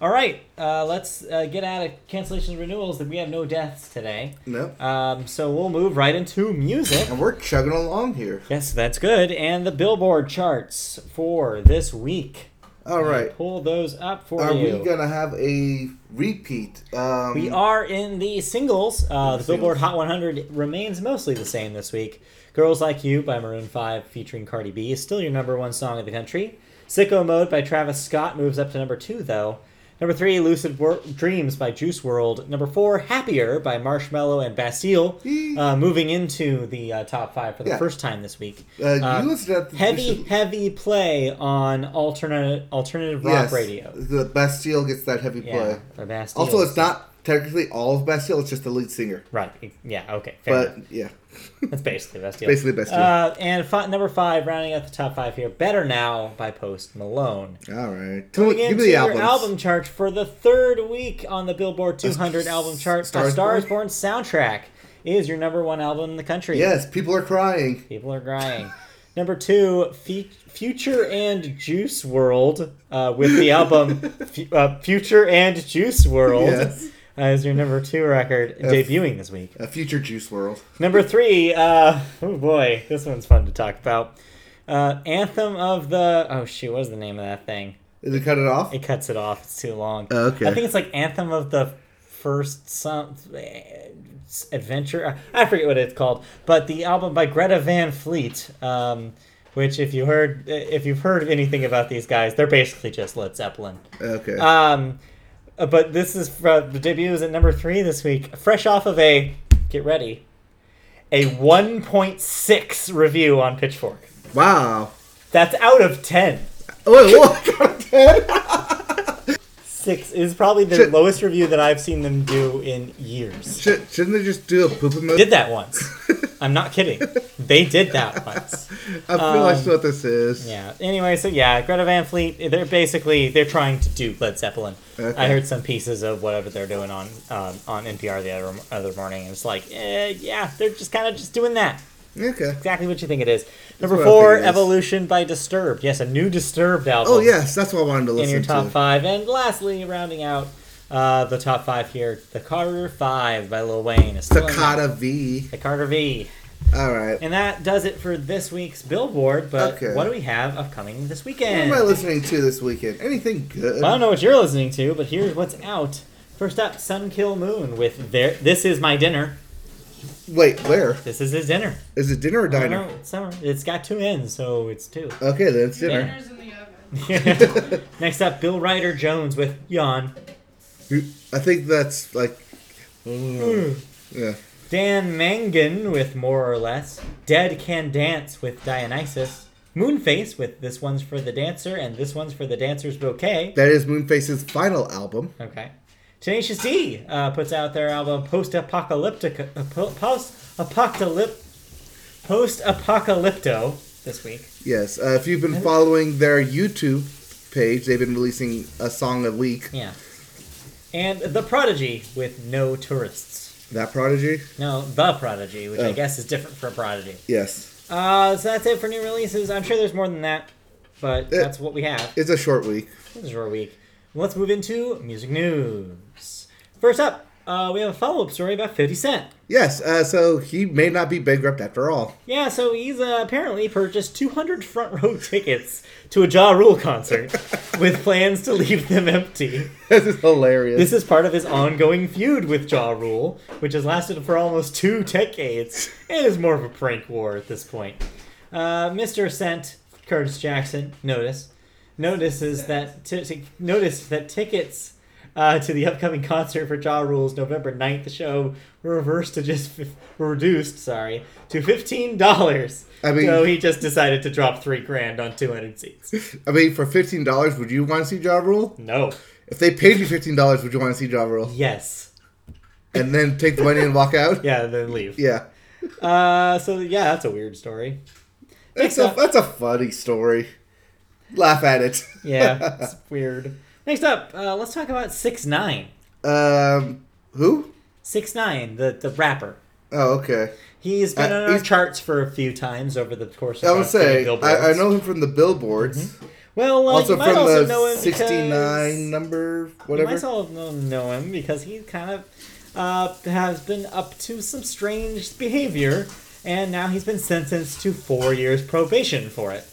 B: All right, uh, let's uh, get out of cancellations and renewals. That we have no deaths today,
A: No,
B: um, so we'll move right into music.
A: and we're chugging along here.
B: Yes, that's good. And the Billboard charts for this week.
A: All right.
B: Pull those up for
A: Are
B: you.
A: we gonna have a repeat? Um,
B: We are in the singles. Uh, the
A: Singles.
B: Billboard Hot 100 remains mostly the same this week. Girls Like You by Maroon 5 featuring Cardi B is still your number one song in the country. Sicko Mode by Travis Scott moves up to number two, though. Number three, Lucid Wor- Dreams by Juice World. Number four, Happier by Marshmallow and Bastille,
A: Yee.
B: uh, moving into the uh, top five for the
A: Yeah.
B: first time this week.
A: Uh, you listed at the you
B: Heavy,
A: should-
B: heavy play on alternate alternative rock
A: yes,
B: radio.
A: The Bastille gets that heavy
B: Yeah,
A: play.
B: or Bastille.
A: Also, it's not technically all of Bastille; it's just the lead singer.
B: right. e, Yeah. Okay. Fair enough.
A: But yeah,
B: That's basically best deal.
A: Basically Bastille.
B: Uh, and fi- number five, rounding out the top five here, "Better Now" by Post Malone.
A: all right. Tell me,
B: Into
A: give me the
B: your
A: albums.
B: album chart for the third week on the Billboard 200
A: s-
B: album chart.
A: Star
B: A
A: is
B: Star Is
A: Born?
B: Born soundtrack is your number one album in the country.
A: Yes, people are crying.
B: People are crying. Number two, Fe- Future and Juice World uh, with the album F- uh, Future and Juice World
A: Yes.
B: uh, is your number two record debuting this week.
A: A future Juice World.
B: Number three, uh, oh boy, this one's fun to talk about. Uh, Anthem of the oh shoot, what is the name of that thing?
A: Did they cut it off?
B: It cuts it off. It's too long.
A: Oh, okay.
B: I think it's like Anthem of the First Some eh, Adventure. I forget what it's called, but the album by Greta Van Fleet. Um, which, if you heard, eh, if you've heard anything about these guys, they're basically just Led Zeppelin.
A: Okay.
B: Um, uh, but this is from the debut is at number three this week, fresh off of a get ready, a 1.6 review on Pitchfork.
A: wow.
B: That's out of ten.
A: Oh, wait, what?
B: Six is probably the
A: Shit.
B: lowest review that I've seen them do in years.
A: Should, shouldn't they just do a poop emoji?
B: Did that once. I'm not kidding. They did that once.
A: I feel like what this is.
B: Um, Yeah. Anyway, so yeah, Greta Van Fleet. They're basically they're trying to do Led Zeppelin.
A: Okay.
B: I heard some pieces of whatever they're doing on um, on NPR the other other morning, and it's like, eh, yeah, they're just kind of just doing that.
A: Okay.
B: Exactly what you think it is. Number
A: what I
B: four,
A: think it is.
B: Evolution by Disturbed. Yes, a new Disturbed album
A: Oh yes, that's what I wanted to
B: in
A: listen
B: your top
A: to.
B: five. And lastly, rounding out uh, the top five here, The Carter Five by Lil Wayne. is still in
A: Takata V.
B: The Carter V.
A: All right.
B: And that does it for this week's Billboard. But
A: Okay.
B: what do we have upcoming this
A: What am
B: weekend?
A: I listening to this weekend? Anything good?
B: I don't know what you're listening to, but here's what's out. First up, Sunkill Moon with their This Is My Dinner.
A: Wait, where?
B: This is his dinner.
A: Is it dinner or
B: I don't
A: diner?
B: know, it's summer. It's got two ends, so it's two.
A: Okay, then it's dinner.
C: Dinner's in the oven.
B: Next up, Bill Ryder Jones with Yawn.
A: I think that's like.
B: Mm.
A: Yeah.
B: Dan Mangan with More or Less. Dead Can Dance with Dionysus. Moonface with This One's for the Dancer and This One's for the Dancer's Bouquet.
A: That is Moonface's final album.
B: Okay. Tenacious D uh, puts out their album uh, Post Apocalyptic Post Apocalyp Post Apocalypto this week.
A: Yes. Uh, if you've been following their YouTube page, they've been releasing a song a week.
B: Yeah. And The Prodigy with No Tourists.
A: That Prodigy?
B: No, The Prodigy, which I
A: Oh.
B: guess is different for Prodigy.
A: Yes.
B: Uh, so that's it for new releases. I'm sure there's more than that. but that's what we have.
A: It's a short week.
B: This is our week. Let's move into music news. First up, uh, we have a follow up story about 50 Cent.
A: Yes, uh, so he may not be bankrupt after all.
B: Yeah, so he's uh, apparently purchased 200 front row tickets to a Ja Rule concert with plans to leave them empty.
A: This is hilarious.
B: This is part of his ongoing feud with Ja Rule, which has lasted for almost two decades and is more of a prank war at this point. Uh, Mr. Sent, Curtis Jackson, notice, notices that t- t- noticed that tickets uh, to the upcoming concert for Ja Rule's November 9th show were reversed to just fif- were reduced, sorry, to fifteen dollars.
A: I mean-
B: so he just decided to drop three grand on 200 seats.
A: I mean, for fifteen dollars, would you want to see Ja Rule?
B: No.
A: If they paid you fifteen dollars, would you want to see Ja Rule?
B: Yes.
A: And then take the money and walk out?
B: Yeah. Then leave.
A: Yeah,
B: Uh, so yeah, that's a weird story.
A: that's
B: Next
A: a
B: up-
A: that's a funny story. Laugh at it.
B: Yeah, it's weird. Next up, uh, let's talk about Six Nine.
A: um, who?
B: Six Nine, the the rapper.
A: Oh, okay.
B: He's been
A: Uh,
B: on our
A: he's-
B: charts for a few times over the course of
A: I
B: our
A: would say
B: three
A: I, I
B: billboards.
A: know him from the billboards,
B: Well, uh,
A: also
B: you might
A: from
B: also know
A: the
B: him
A: '69
B: because
A: number,
B: you might
A: whatever.
B: also know him because he kind of uh, has been up to some strange behavior, and now he's been sentenced to four years probation for it.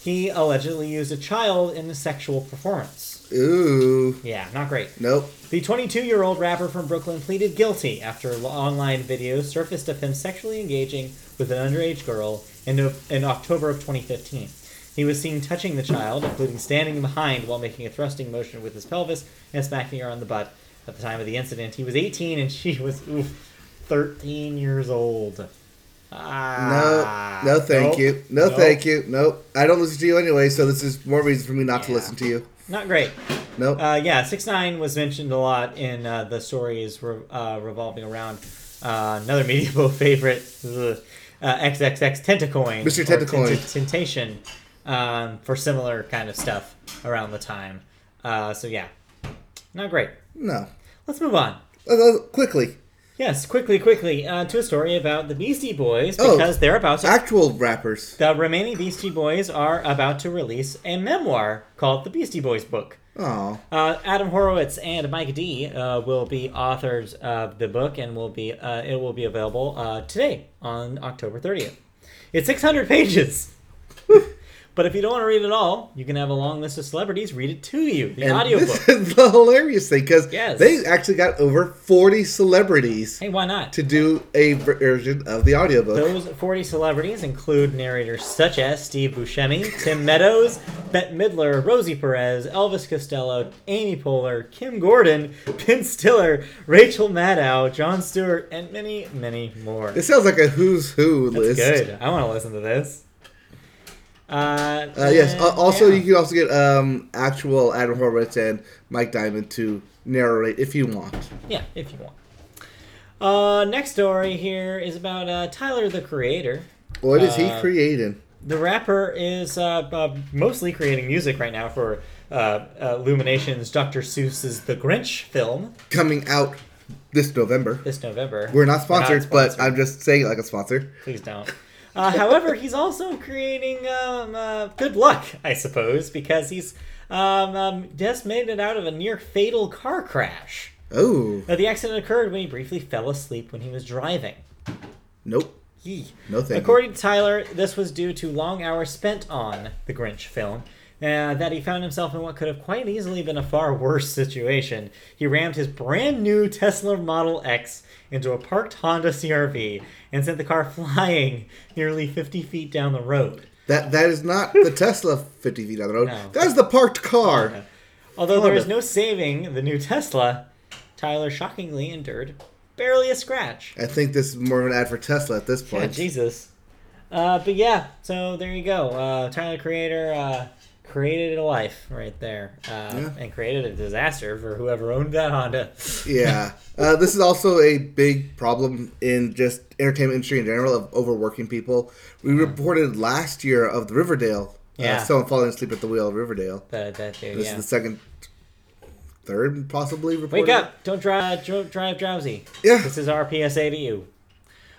B: He allegedly used a child in a sexual performance.
A: Ooh,
B: Yeah, not great.
A: nope.
B: The 22 year old rapper from Brooklyn pleaded guilty after an online video surfaced of him sexually engaging with an underage girl in, in October of 2015. He was seen touching the child, including standing behind while making a thrusting motion with his pelvis and smacking her on the butt. At the time of the incident, he was 18 and she was oof, 13 years old. Ah,
A: no, no, thank
B: nope,
A: you. No,
B: nope.
A: thank you. Nope. I don't listen to you anyway, so this is more reason for me not to
B: Yeah.
A: listen to you.
B: Not great.
A: Nope.
B: Uh, yeah, six nine was mentioned a lot in uh, the stories re- uh, revolving around uh, another media boat favorite, ugh, uh, XXX Tentacoin,
A: Mr.
B: or
A: Tentacoin.
B: Tent- Temptation, um, for similar kind of stuff around the time. Uh, so yeah, not great.
A: no.
B: Let's move on.
A: Uh, uh, quickly,
B: Yes, quickly, quickly uh, to a story about the Beastie Boys
A: Oh,
B: because they're about to.
A: actual rappers.
B: the remaining Beastie Boys are about to release a memoir called The Beastie Boys Book.
A: Oh,
B: Uh, Adam Horowitz and Mike D uh, will be authors of the book, and will be uh, it will be available uh, today on October 30th. It's 600 pages, but if you don't want to read it all, you can have a long list of celebrities read it to you. The audiobook.
A: This is the hilarious thing because
B: Yes.
A: they actually got over forty celebrities
B: Hey, why not?
A: to do a version of the audiobook.
B: Those 40 celebrities include narrators such as Steve Buscemi, Tim Meadows, Bette Midler, Rosie Perez, Elvis Costello, Amy Poehler, Kim Gordon, Ben Stiller, Rachel Maddow, John Stewart, and many, many more.
A: It sounds like a who's who list.
B: That's good. I want to listen to this. Uh,
A: Uh, yes.
B: and-
A: al- Also,
B: yeah.
A: you can also get um, actual Adam Horowitz and Mike Diamond to narrate if you want.
B: Yeah, if you want. Uh, next story here is about uh, Tyler the Creator.
A: What is
B: Uh,
A: he creating?
B: The rapper is uh, uh, mostly creating music right now for uh, uh, Illumination's Dr. Seuss's The Grinch film
A: Coming out this November.
B: this November.
A: We're not sponsored, but
B: sponsored.
A: I'm just saying it like a sponsor.
B: Please don't. Uh, however, he's also creating um, uh, good luck, I suppose, because he's um, um, just made it out of a near fatal car crash.
A: Oh,
B: Now, the accident occurred when he briefly fell asleep when he was driving.
A: nope.
B: Yee.
A: No thank you.
B: According to Tyler, this was due to long hours spent on the Grinch film. Uh, that he found himself in what could have quite easily been a far worse situation. He rammed his brand new Tesla Model X into a parked Honda CRV and sent the car flying nearly 50 feet down the road.
A: That that is not the Tesla 50 feet down the road.
B: No.
A: That's the parked car.
B: Although there
A: Honda.
B: was no saving the new Tesla, Tyler shockingly endured barely a scratch.
A: I think this is more of an ad for Tesla at this
B: Yeah,
A: point.
B: Jesus. Uh, but yeah, so there you go. Uh, Tyler Creator uh, created a life right there, uh, and created a disaster for whoever owned that Honda.
A: yeah. Uh, this is also a big problem in just entertainment industry in general of overworking people. We reported last year of the Riverdale.
B: Yeah.
A: Uh, someone falling asleep at the wheel of Riverdale.
B: That that dude.
A: This is
B: Yeah.
A: the second, third possibly reported.
B: Wake up! Don't drive. Don't drive drowsy.
A: Yeah.
B: This is our PSA to you.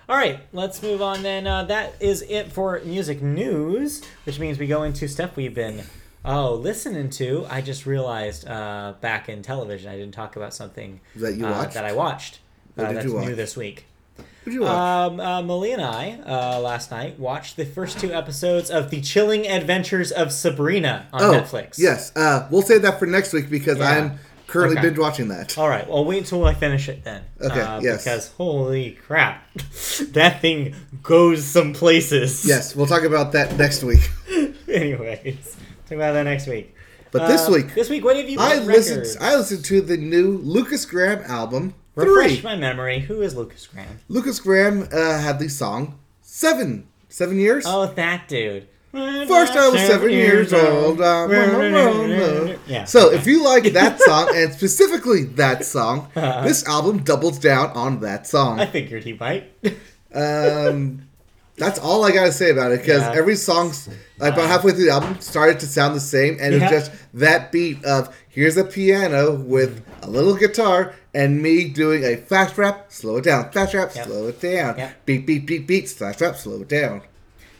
B: All right, let's move on then. Uh, that is it for music news, which means we go into stuff we've been oh listening to. I just realized uh, back in television, I didn't talk about something
A: That you
B: uh,
A: watched?
B: that I watched.
A: What
B: uh,
A: did
B: that's
A: you
B: new
A: watch?
B: this week.
A: What'd you watch?
B: Um, uh, Malia and I uh, last night watched the first two episodes of The Chilling Adventures of Sabrina on
A: oh,
B: Netflix.
A: Yes. Uh, we'll save that for next week because
B: Yeah.
A: I'm currently
B: Okay.
A: binge watching that.
B: All right. Well, wait until I finish it then.
A: Okay,
B: Uh,
A: yes.
B: Because holy crap, that thing goes some places.
A: Yes, we'll talk about that next week.
B: Anyways, talk about that next week.
A: But this
B: Uh,
A: week,
B: this week, what have you?
A: I
B: got
A: listened.
B: records?
A: I listened to the new Lucas Graham album.
B: Refresh
A: Three.
B: my memory. Who is Lucas Graham?
A: Lucas Graham uh, had the song Seven. Seven years.
B: Oh, that dude.
A: First, I was seven years old. Uh, I'm a-
B: Yeah.
A: uh. So, if you like that song, and specifically that song, this album doubles down on that
B: I
A: song.
B: figured he might.
A: Um, that's all I gotta say about it because
B: Yeah.
A: every song, like, about halfway through the album, started to sound the same, and
B: Yeah.
A: it's just that beat of here's a piano with a little guitar and me doing a fast rap, slow it down, fast rap,
B: Yep.
A: slow it down,
B: Yep.
A: beat, beat, beat, beat, fast rap, slow it down.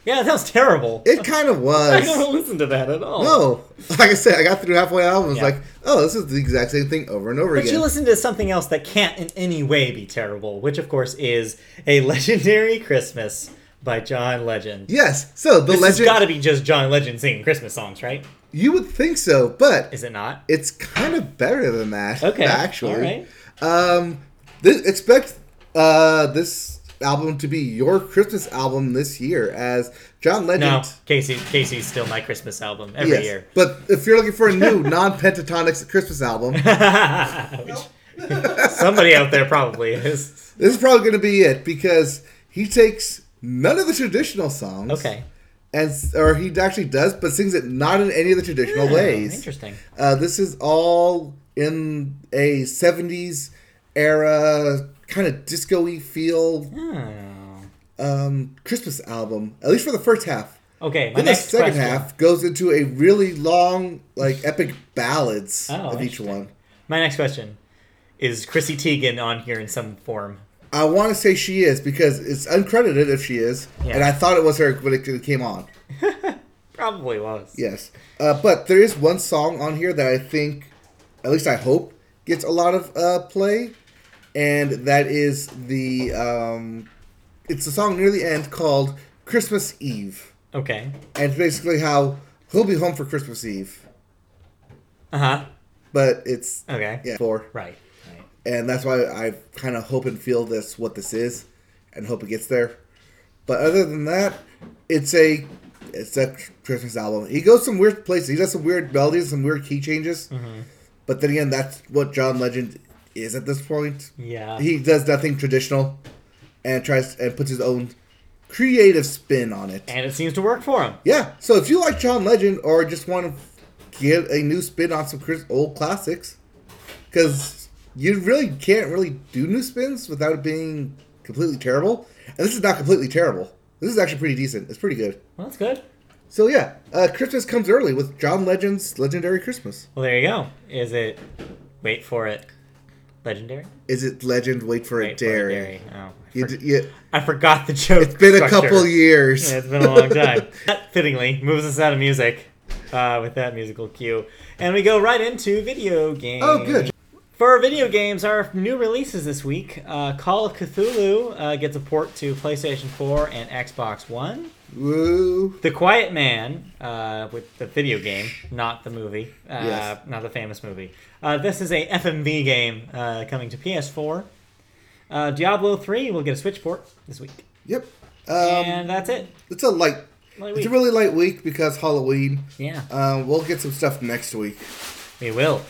B: yeah, that was terrible.
A: It kind of was.
B: I don't listen to that at all.
A: No, like I said, I got through halfway album. I was
B: Yeah.
A: like, oh, this is the exact same thing over and over
B: But
A: again.
B: you listen to something else that can't in any way be terrible, which of course is A Legendary Christmas by John Legend.
A: yes, so the
B: This has
A: legend.
B: got to be just John Legend singing Christmas songs, right?
A: you would think so, but
B: Is it not?
A: it's kind of better than that.
B: Okay,
A: actually,
B: all right.
A: um, this, expect uh, this album to be your Christmas album this year, as John
B: No,
A: Legend.
B: Casey. Casey's still my Christmas album every
A: yes,
B: year.
A: but if you're looking for a new non-pentatonic Christmas album,
B: Which- somebody out there probably is.
A: this is probably going to be it because he takes none of the traditional songs.
B: Okay.
A: and s- or he actually does, but sings it not in any of the traditional
B: Oh,
A: ways.
B: Interesting.
A: Uh, this is all in a '70s era kind of disco-y feel
B: Oh.
A: um, Christmas album, at least for the first half.
B: Okay. My
A: Then the
B: next
A: second
B: question.
A: half goes into a really long, like epic ballads
B: Oh,
A: of each
B: interesting.
A: one.
B: My next question is Chrissy Teigen on here in some form?
A: I want to say she is because it's uncredited if she is,
B: Yeah.
A: and I thought it was her when it came on.
B: Probably was.
A: Yes. Uh, but there is one song on here that I think, at least I hope, gets a lot of uh, play, and that is the um, it's a song near the end called "Christmas Eve,"
B: Okay.
A: and it's basically how he'll be home for Christmas Eve,
B: Uh huh.
A: but it's
B: Okay.
A: yeah for,
B: Right. Right.
A: and that's why I kind of hope and feel this what this is, and hope it gets there. But other than that, it's a it's a Christmas album. He goes some weird places. He does some weird melodies, some weird key changes. But then again, that's what John Legend is at this point.
B: Yeah.
A: He does nothing traditional, and tries and puts his own creative spin on it.
B: and it seems to work for him.
A: Yeah. So if you like John Legend or just want to get a new spin on some Chris old classics, because you really can't really do new spins without it being completely terrible. And this is not completely terrible. This is actually pretty decent. It's pretty good.
B: Well, that's good.
A: So yeah, uh, Christmas comes early with John Legend's Legendary Christmas.
B: Well, there you go. Is it? Wait for it. Legendary.
A: Is it Legend? Wait for
B: Wait
A: it,
B: for it,
A: dairy.
B: dairy. Oh, I,
A: You
B: for-
A: d- you-
B: I forgot the joke.
A: it's been a
B: structure.
A: couple years.
B: Yeah, it's been a long time. that fittingly moves us out of music uh, with that musical cue, and we go right into video games.
A: oh, good.
B: For our video games, our new releases this week uh, Call of Cthulhu uh, gets a port to PlayStation 4 and Xbox One.
A: Woo.
B: The Quiet Man, uh, with the video game, not the movie, uh,
A: Yes.
B: not the famous movie. Uh, this is a FMV game uh, coming to PS4. Uh, Diablo 3 will get a Switch port this week.
A: Yep. Um,
B: and that's it.
A: it's a light.
B: Light
A: It's a
B: week.
A: really light week because Halloween.
B: Yeah,
A: Um, we'll get some stuff next week.
B: we will.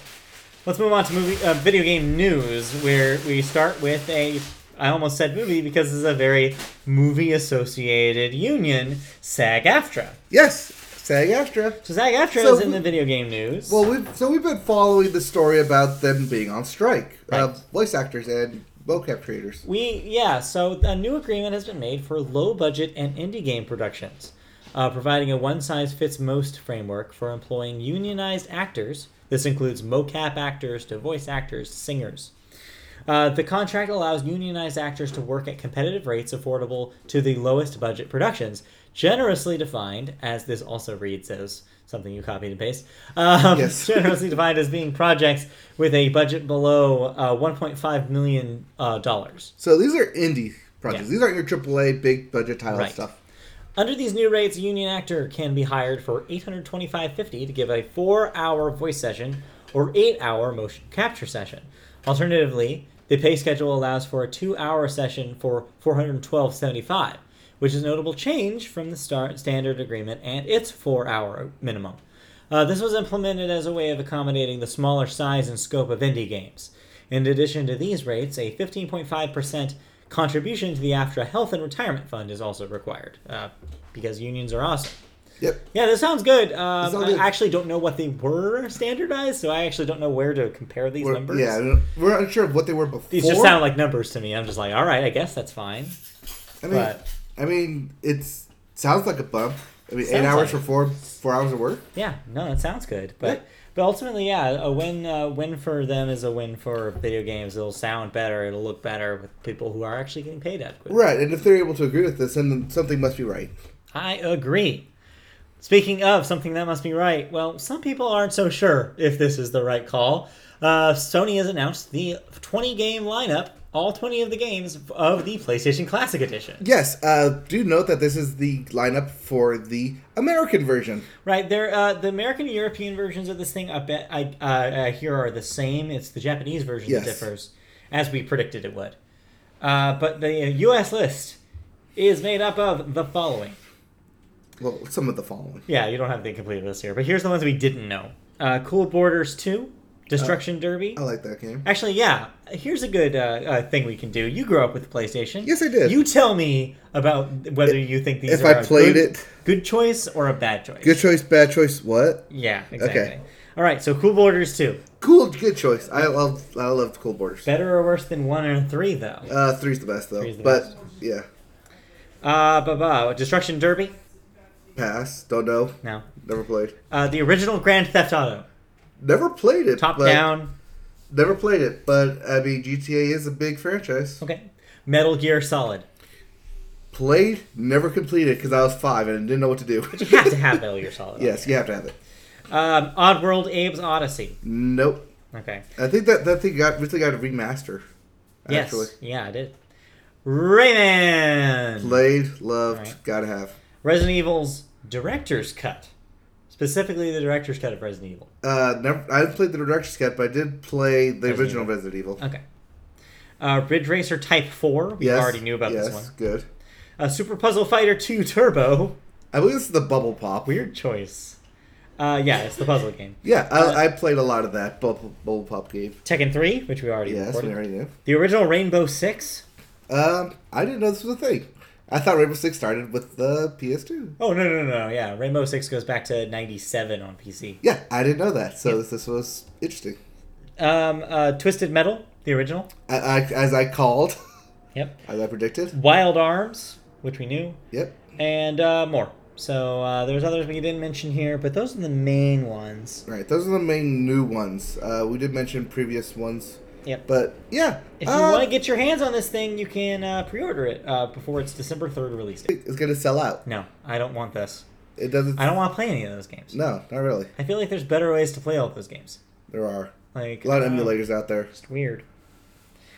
B: Let's move on to movie, uh, video game news, where we start with a. I almost said movie because it's a very movie associated union, SAG AFTRA.
A: Yes, SAG AFTRA.
B: So SAG AFTRA
A: So
B: is in
A: who-
B: the video game news.
A: Well, we've so we've been following the story about them being on strike, uh,
B: Right.
A: voice actors and mocap creators.
B: We yeah, so a new agreement has been made for low budget and indie game productions, uh, providing a one size fits most framework for employing unionized actors. This includes mocap actors to voice actors, to singers. Uh, the contract allows unionized actors to work at competitive rates affordable to the lowest budget productions, generously defined as this also reads as something you copied and paste. Um,
A: Yes.
B: generously defined as being projects with a budget below uh, 1.5 million uh, dollars.
A: So these are indie projects.
B: Yeah.
A: These aren't your AAA big budget title
B: Right.
A: stuff.
B: Under these new rates, a union actor can be hired for 825.50 to give a four-hour voice session or eight-hour motion capture session. Alternatively, the pay schedule allows for a two-hour session for 412.75, which is a notable change from the star- standard agreement and its four-hour minimum. Uh, this was implemented as a way of accommodating the smaller size and scope of indie games. In addition to these rates, a 15.5% contribution to the AFTRA Health and Retirement Fund is also required uh, because unions are awesome.
A: Yep.
B: Yeah, this sounds good. Um,
A: all good.
B: I actually don't know what they were standardized, so I actually don't know where to compare these
A: We're-
B: numbers.
A: yeah, I don't- we're unsure of what they were before.
B: These just sound like numbers to me. I'm just like, all right, I guess that's fine.
A: I mean,
B: but-
A: I mean, it's sounds like a bump. I mean, eight
B: Sounds
A: hours
B: like
A: for
B: it.
A: four four hours of work.
B: Yeah, no, that sounds good. But
A: Yeah.
B: but ultimately, yeah, a win uh, win for them is a win for video games. It'll sound better. It'll look better with people who are actually getting paid adequately.
A: Right, and if they're able to agree with this, then something must be right.
B: I agree. Speaking of something that must be right, well, some people aren't so sure if this is the right call. Uh, Sony has announced the 20 game lineup, all 20 of the games of the PlayStation Classic Edition.
A: Yes, uh, do note that this is the lineup for the American version.
B: Right there, uh, the American and European versions of this thing, I bet I uh, uh, here are the same. It's the Japanese version
A: Yes.
B: that differs, as we predicted it would. Uh, but the U.S. list is made up of the following.
A: Well, some of the following.
B: Yeah, you don't have the complete list here, but here's the ones we didn't know: uh, Cool Borders Two, Destruction
A: Uh,
B: Derby.
A: I like that game.
B: Actually, yeah, here's a good uh, uh, thing we can do. You grew up with the PlayStation.
A: Yes, I did.
B: You tell me about whether you think these
A: if
B: are
A: I
B: a
A: played
B: good,
A: it.
B: good choice or a bad choice.
A: Good choice, bad choice. What?
B: Yeah, exactly. All right, so Cool Borders Two,
A: Cool, good choice. I love, I love Cool Borders.
B: better or worse than one and three though.
A: Uh, three's the best though.
B: Three's the
A: but
B: best.
A: yeah,
B: Uh, bah, bah. Destruction Derby.
A: pass. Don't know.
B: No.
A: Never played.
B: Uh, the original Grand Theft Auto,
A: Never played it.
B: top
A: but-
B: down.
A: Never played it, but I mean GTA is a big franchise.
B: Okay. Metal Gear Solid.
A: Played, never completed because I was five and didn't know what to do.
B: You have to have Metal Gear Solid.
A: yes, you have to have it.
B: Um, Oddworld Abe's Odyssey.
A: Nope.
B: Okay.
A: I think that that thing got recently got a remaster.
B: Yes.
A: Actually,
B: Yeah, I did. Rayman.
A: played, loved,
B: Alright.
A: gotta have.
B: Resident Evil's director's cut. Specifically, the director's cut of Resident Evil.
A: Uh, never. I haven't played the director's cut, but I did play the
B: Resident
A: original
B: Evil.
A: Resident Evil.
B: Okay. Uh, Ridge Racer Type 4. We
A: Yes,
B: already knew about
A: yes,
B: this one.
A: Good.
B: Uh, Super Puzzle Fighter 2 Turbo.
A: I believe this is the Bubble Pop.
B: Weird Uh, choice. Uh, yeah, it's the puzzle game.
A: Yeah, I, I played a lot of that Bubble, bubble Pop game.
B: Tekken 3, which we already
A: Yes, we
B: recorded.
A: already knew.
B: The original Rainbow Six.
A: Um, I didn't know this was a thing. I thought Rainbow Six started with the PS2.
B: Oh, no, no, no, no. Yeah, Rainbow Six goes back to 97 on PC.
A: Yeah, I didn't know that. So this, this was interesting.
B: Um, uh, Twisted Metal, the original.
A: I, I, as I called,
B: Yep.
A: as I predicted.
B: Wild Arms, which we knew,
A: Yep.
B: and uh, more. So uh, there's others we didn't mention here, but those are the main ones.
A: All right, those are the main new ones. Uh, we did mention previous ones,
B: Yep.
A: but yeah.
B: if you
A: uh,
B: want to get your hands on this thing, you can uh, pre-order it uh, before its December 3rd release date.
A: it's gonna sell out.
B: No, I don't want this.
A: It doesn't.
B: I don't want to play any of those games.
A: No, not really.
B: I feel like there's better ways to play all those games.
A: There are
B: Like
A: a lot
B: uh,
A: of emulators out there.
B: It's weird.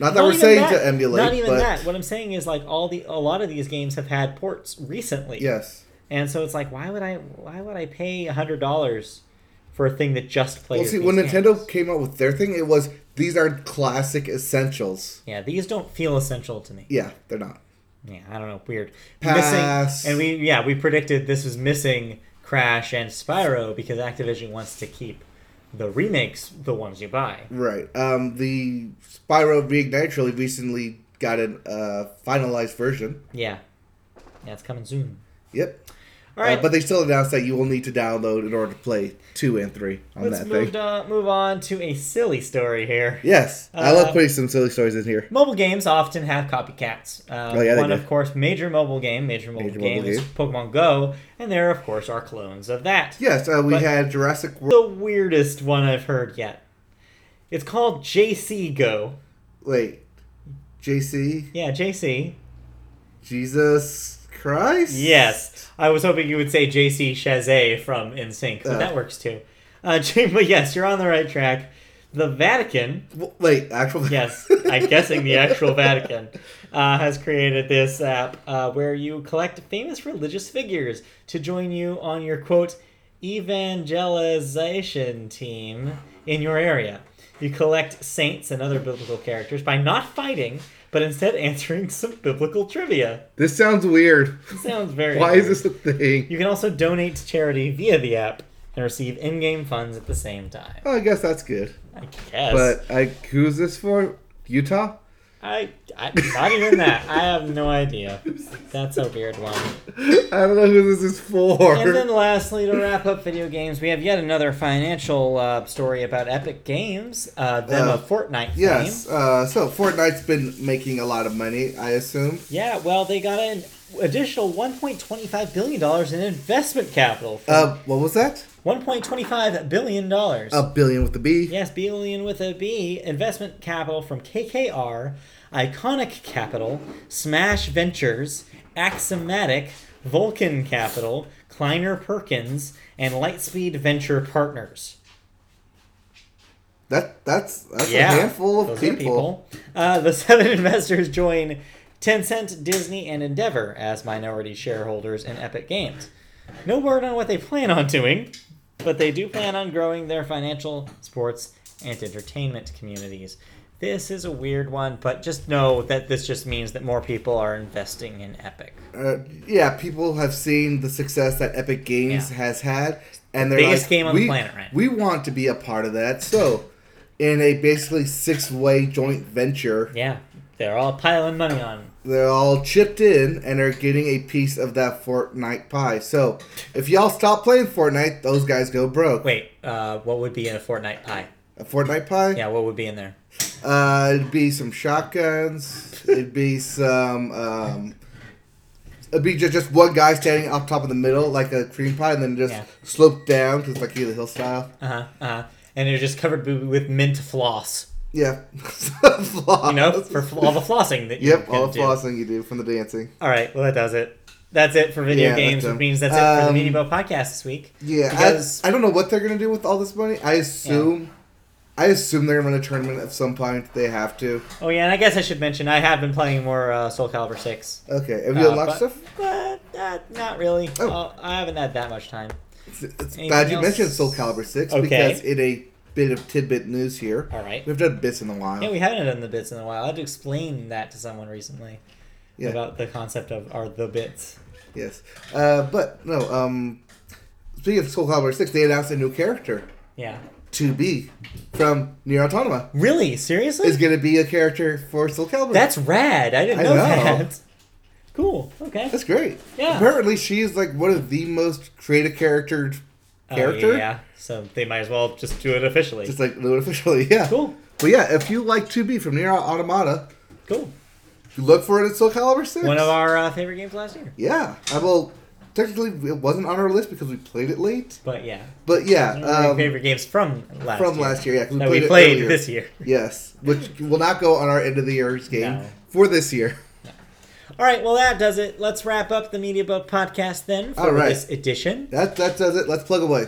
A: Not that
B: Not
A: we're
B: even
A: saying
B: that-
A: to emulate,
B: Not even
A: but
B: that. What I'm saying is like all the a lot of these games have had ports recently.
A: yes.
B: And so it's like, why would I? Why would I pay hundred dollars for a thing that just plays?
A: Well, see,
B: these
A: when Nintendo
B: games?
A: came out with their thing, it was these are classic essentials.
B: Yeah, these don't feel essential to me.
A: Yeah, they're not.
B: Yeah, I don't know, weird.
A: Pass.
B: Missing, and we yeah we predicted this was missing Crash and Spyro because Activision wants to keep the remakes the ones you buy.
A: Right. Um, the Spyro Reignite trilogy recently got a uh, finalized version.
B: Yeah, yeah, it's coming soon.
A: Yep.
B: All right,
A: Uh, but they still announced that you will need to download in order to play two and three on
B: let's
A: that
B: move
A: thing.
B: on, move on to a silly story here.
A: Yes, I love
B: Uh,
A: putting some silly stories in here.
B: Mobile games often have copycats. Uh,
A: Oh, yeah, they
B: one,
A: do.
B: of course, major mobile game, major mobile
A: Major
B: game
A: mobile
B: is
A: game.
B: Pokemon Go, and there, of course, are clones of that.
A: Yes, uh, we
B: but-
A: had Jurassic World.
B: The weirdest one I've heard yet. It's called JC Go.
A: Wait, JC,
B: Yeah, JC.
A: Jesus Christ.
B: Yes, I was hoping you would say JC Chazet from NSYNC, but
A: Uh.
B: that works too. Uh, Jane, but yes, you're on the right track. The Vatican,
A: W- Wait, actual.
B: yes, I'm guessing the actual Vatican, uh, has created this app uh, where you collect famous religious figures to join you on your quote evangelization team in your area. You collect saints and other biblical characters by not fighting, but instead answering some biblical trivia.
A: This sounds weird.
B: Sounds very.
A: Why is
B: weird.
A: this a thing?
B: You can also donate to charity via the app and receive in-game funds at the same time.
A: Oh, I guess that's good.
B: I guess.
A: But I, who's this for? Utah?
B: I, I not even that. I have no idea. That's a weird one.
A: I don't know who this is for.
B: And then lastly, to wrap up video games, we have yet another financial uh, story about Epic Games, uh, them
A: Uh,
B: a Fortnite
A: yes.
B: fame.
A: Uh, so Fortnite's been making a lot of money, I assume.
B: Yeah, well, they got an additional $1.25 billion in investment capital. from
A: Uh, what was that?
B: $1.25 billion.
A: A billion with the B.
B: Yes, Billion with a B. Investment capital from KKR, Iconic Capital, Smash Ventures, Axiomatic, Vulcan Capital, Kleiner Perkins, and Lightspeed Venture Partners.
A: That that's that's a handful of
B: those are
A: people.
B: Uh, the seven investors join Tencent, Disney, and Endeavor as minority shareholders in Epic Games. No word on what they plan on doing, but they do plan on growing their financial, sports, and entertainment communities. This is a weird one, but just know that this just means that more people are investing in Epic.
A: Uh, yeah, people have seen the success that Epic Games
B: Yeah.
A: has had, and they're
B: Biggest
A: like,
B: game on the
A: we,
B: planet, right?
A: We want to be a part of that. So, in a basically six-way joint venture,
B: Yeah, they're all piling money on.
A: they're all chipped in and are getting a piece of that Fortnite pie. So, if y'all stop playing Fortnite, those guys go broke.
B: Wait, uh, what would be in a Fortnite pie?
A: A Fortnite pie?
B: Yeah, what would be in there?
A: Uh, it'd be some shotguns. it'd be some. Um, it'd be just, just one guy standing up top of the middle like a cream pie, and then just
B: Yeah.
A: slope down because like Hula Hill style.
B: Uh-huh, uh-huh. And they're just covered b- with mint floss,
A: Yeah,
B: you know, for fl- all the flossing that you
A: Uh, Yep,
B: can
A: all the
B: do.
A: flossing you do from the dancing.
B: All right, well, that does it. That's it for video
A: Yeah,
B: games,
A: that's
B: which
A: it.
B: means that's it for the
A: Um,
B: Mini Bow podcast this week.
A: Yeah,
B: Because-
A: I, I don't know what they're gonna do with all this money. I assume, I assume they're gonna run a tournament at some point. They have to.
B: Oh, yeah, and I guess I should mention I have been playing more uh, Soul Calibur 6.
A: Okay, have you
B: Uh,
A: unlocked
B: but-
A: stuff?
B: But uh, not really.
A: Oh.
B: Oh, I haven't had that much time.
A: It's, it's
B: Anything
A: bad you
B: else?
A: mentioned Soul Calibur Six
B: Okay.
A: because in a bit of tidbit news here,
B: All right.
A: we've done bits in a while.
B: Yeah, we haven't done the bits in a while. I had to explain that to someone recently
A: Yeah.
B: about the concept of are the bits.
A: Yes. Uh, but no, um speaking of Soul Calibur Six, they announced a new character
B: Yeah.
A: to be from Near Autonoma.
B: Really? Seriously?
A: Is gonna be a character for Soul Calibur.
B: That's rad. I didn't
A: I
B: know,
A: know.
B: that. Cool. Okay.
A: that's great.
B: Yeah.
A: Apparently she is like one of the most creative character character.
B: Oh, yeah, so they might as well just do it officially.
A: Just like do it officially, yeah.
B: Cool,
A: But yeah, if you like 2B from Near Automata,
B: cool.
A: you look for it at Soul Calibur 6.
B: One of our uh, favorite games last year.
A: Yeah. I will technically it wasn't on our list because we played it late.
B: But yeah,
A: But yeah,
B: one of our
A: um,
B: favorite games from last
A: from
B: year
A: last year, yeah. 'cause
B: that we
A: it
B: played
A: earlier.
B: this year.
A: Yes, which will not go on our end of the year's game
B: No.
A: for this year.
B: All right, well that does it. Let's wrap up the Media Bug podcast then for
A: All right.
B: this edition.
A: That that does it. Let's plug away.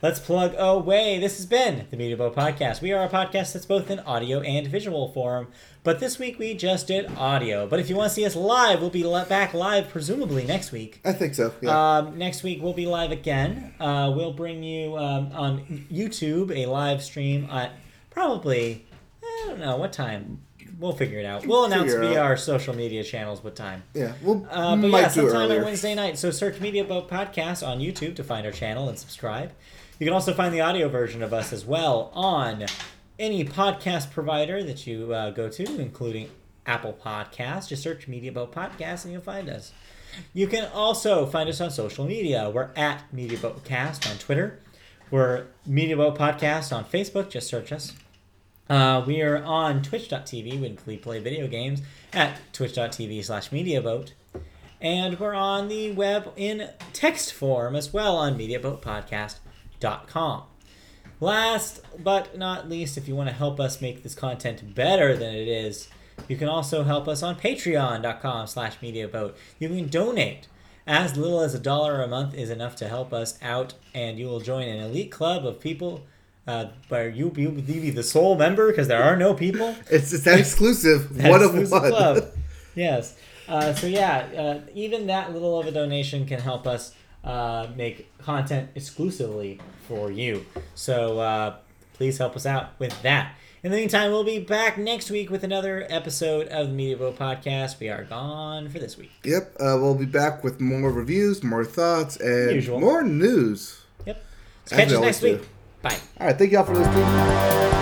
B: Let's plug away. This has been the Media Bug podcast. We are a podcast that's both in audio and visual form, but this week we just did audio. But if you want to see us live, we'll be li- back live presumably next week.
A: I think so. Yeah.
B: Um, next week we'll be live again. Uh, we'll bring you um, on YouTube a live stream at probably I don't know what time. We'll figure it out. We'll announce
A: Figure it
B: via
A: out.
B: our social media channels what time.
A: yeah. We'll
B: Uh, but
A: Mm-hmm. might
B: yeah,
A: do it
B: sometime on
A: earlier.
B: Wednesday night. So search Media Boat Podcast on YouTube to find our channel and subscribe. You can also find the audio version of us as well on any podcast provider that you uh, go to, including Apple Podcasts. Just search Media Boat Podcast and you'll find us. You can also find us on social media. We're at Media Boat Cast on Twitter. We're Media Boat Podcast on Facebook. Just search us. Uh, we are on twitch.tv when we play video games at twitch.tv slash mediavote. And we're on the web in text form as well on mediavoatepodcast.com. Last but not least, if you want to help us make this content better than it is, you can also help us on patreon.com slash mediaboat. You can donate. As little as a dollar a month is enough to help us out, and you will join an elite club of people uh, where you, you, you be the sole member because there are no people.
A: It's it's that exclusive
B: That
A: one of
B: exclusive
A: one.
B: club. yes. Uh, so yeah, uh, even that little of a donation can help us uh, make content exclusively for you. So uh, please help us out with that. In the meantime, we'll be back next week with another episode of the Media Boat Podcast. We are gone for this week.
A: Yep, uh, we'll be back with more reviews, more thoughts, and
B: Usual.
A: more news.
B: Yep. So
A: As
B: catch
A: we
B: us
A: always
B: next week.
A: do.
B: Bye.
A: All right, thank y'all for listening.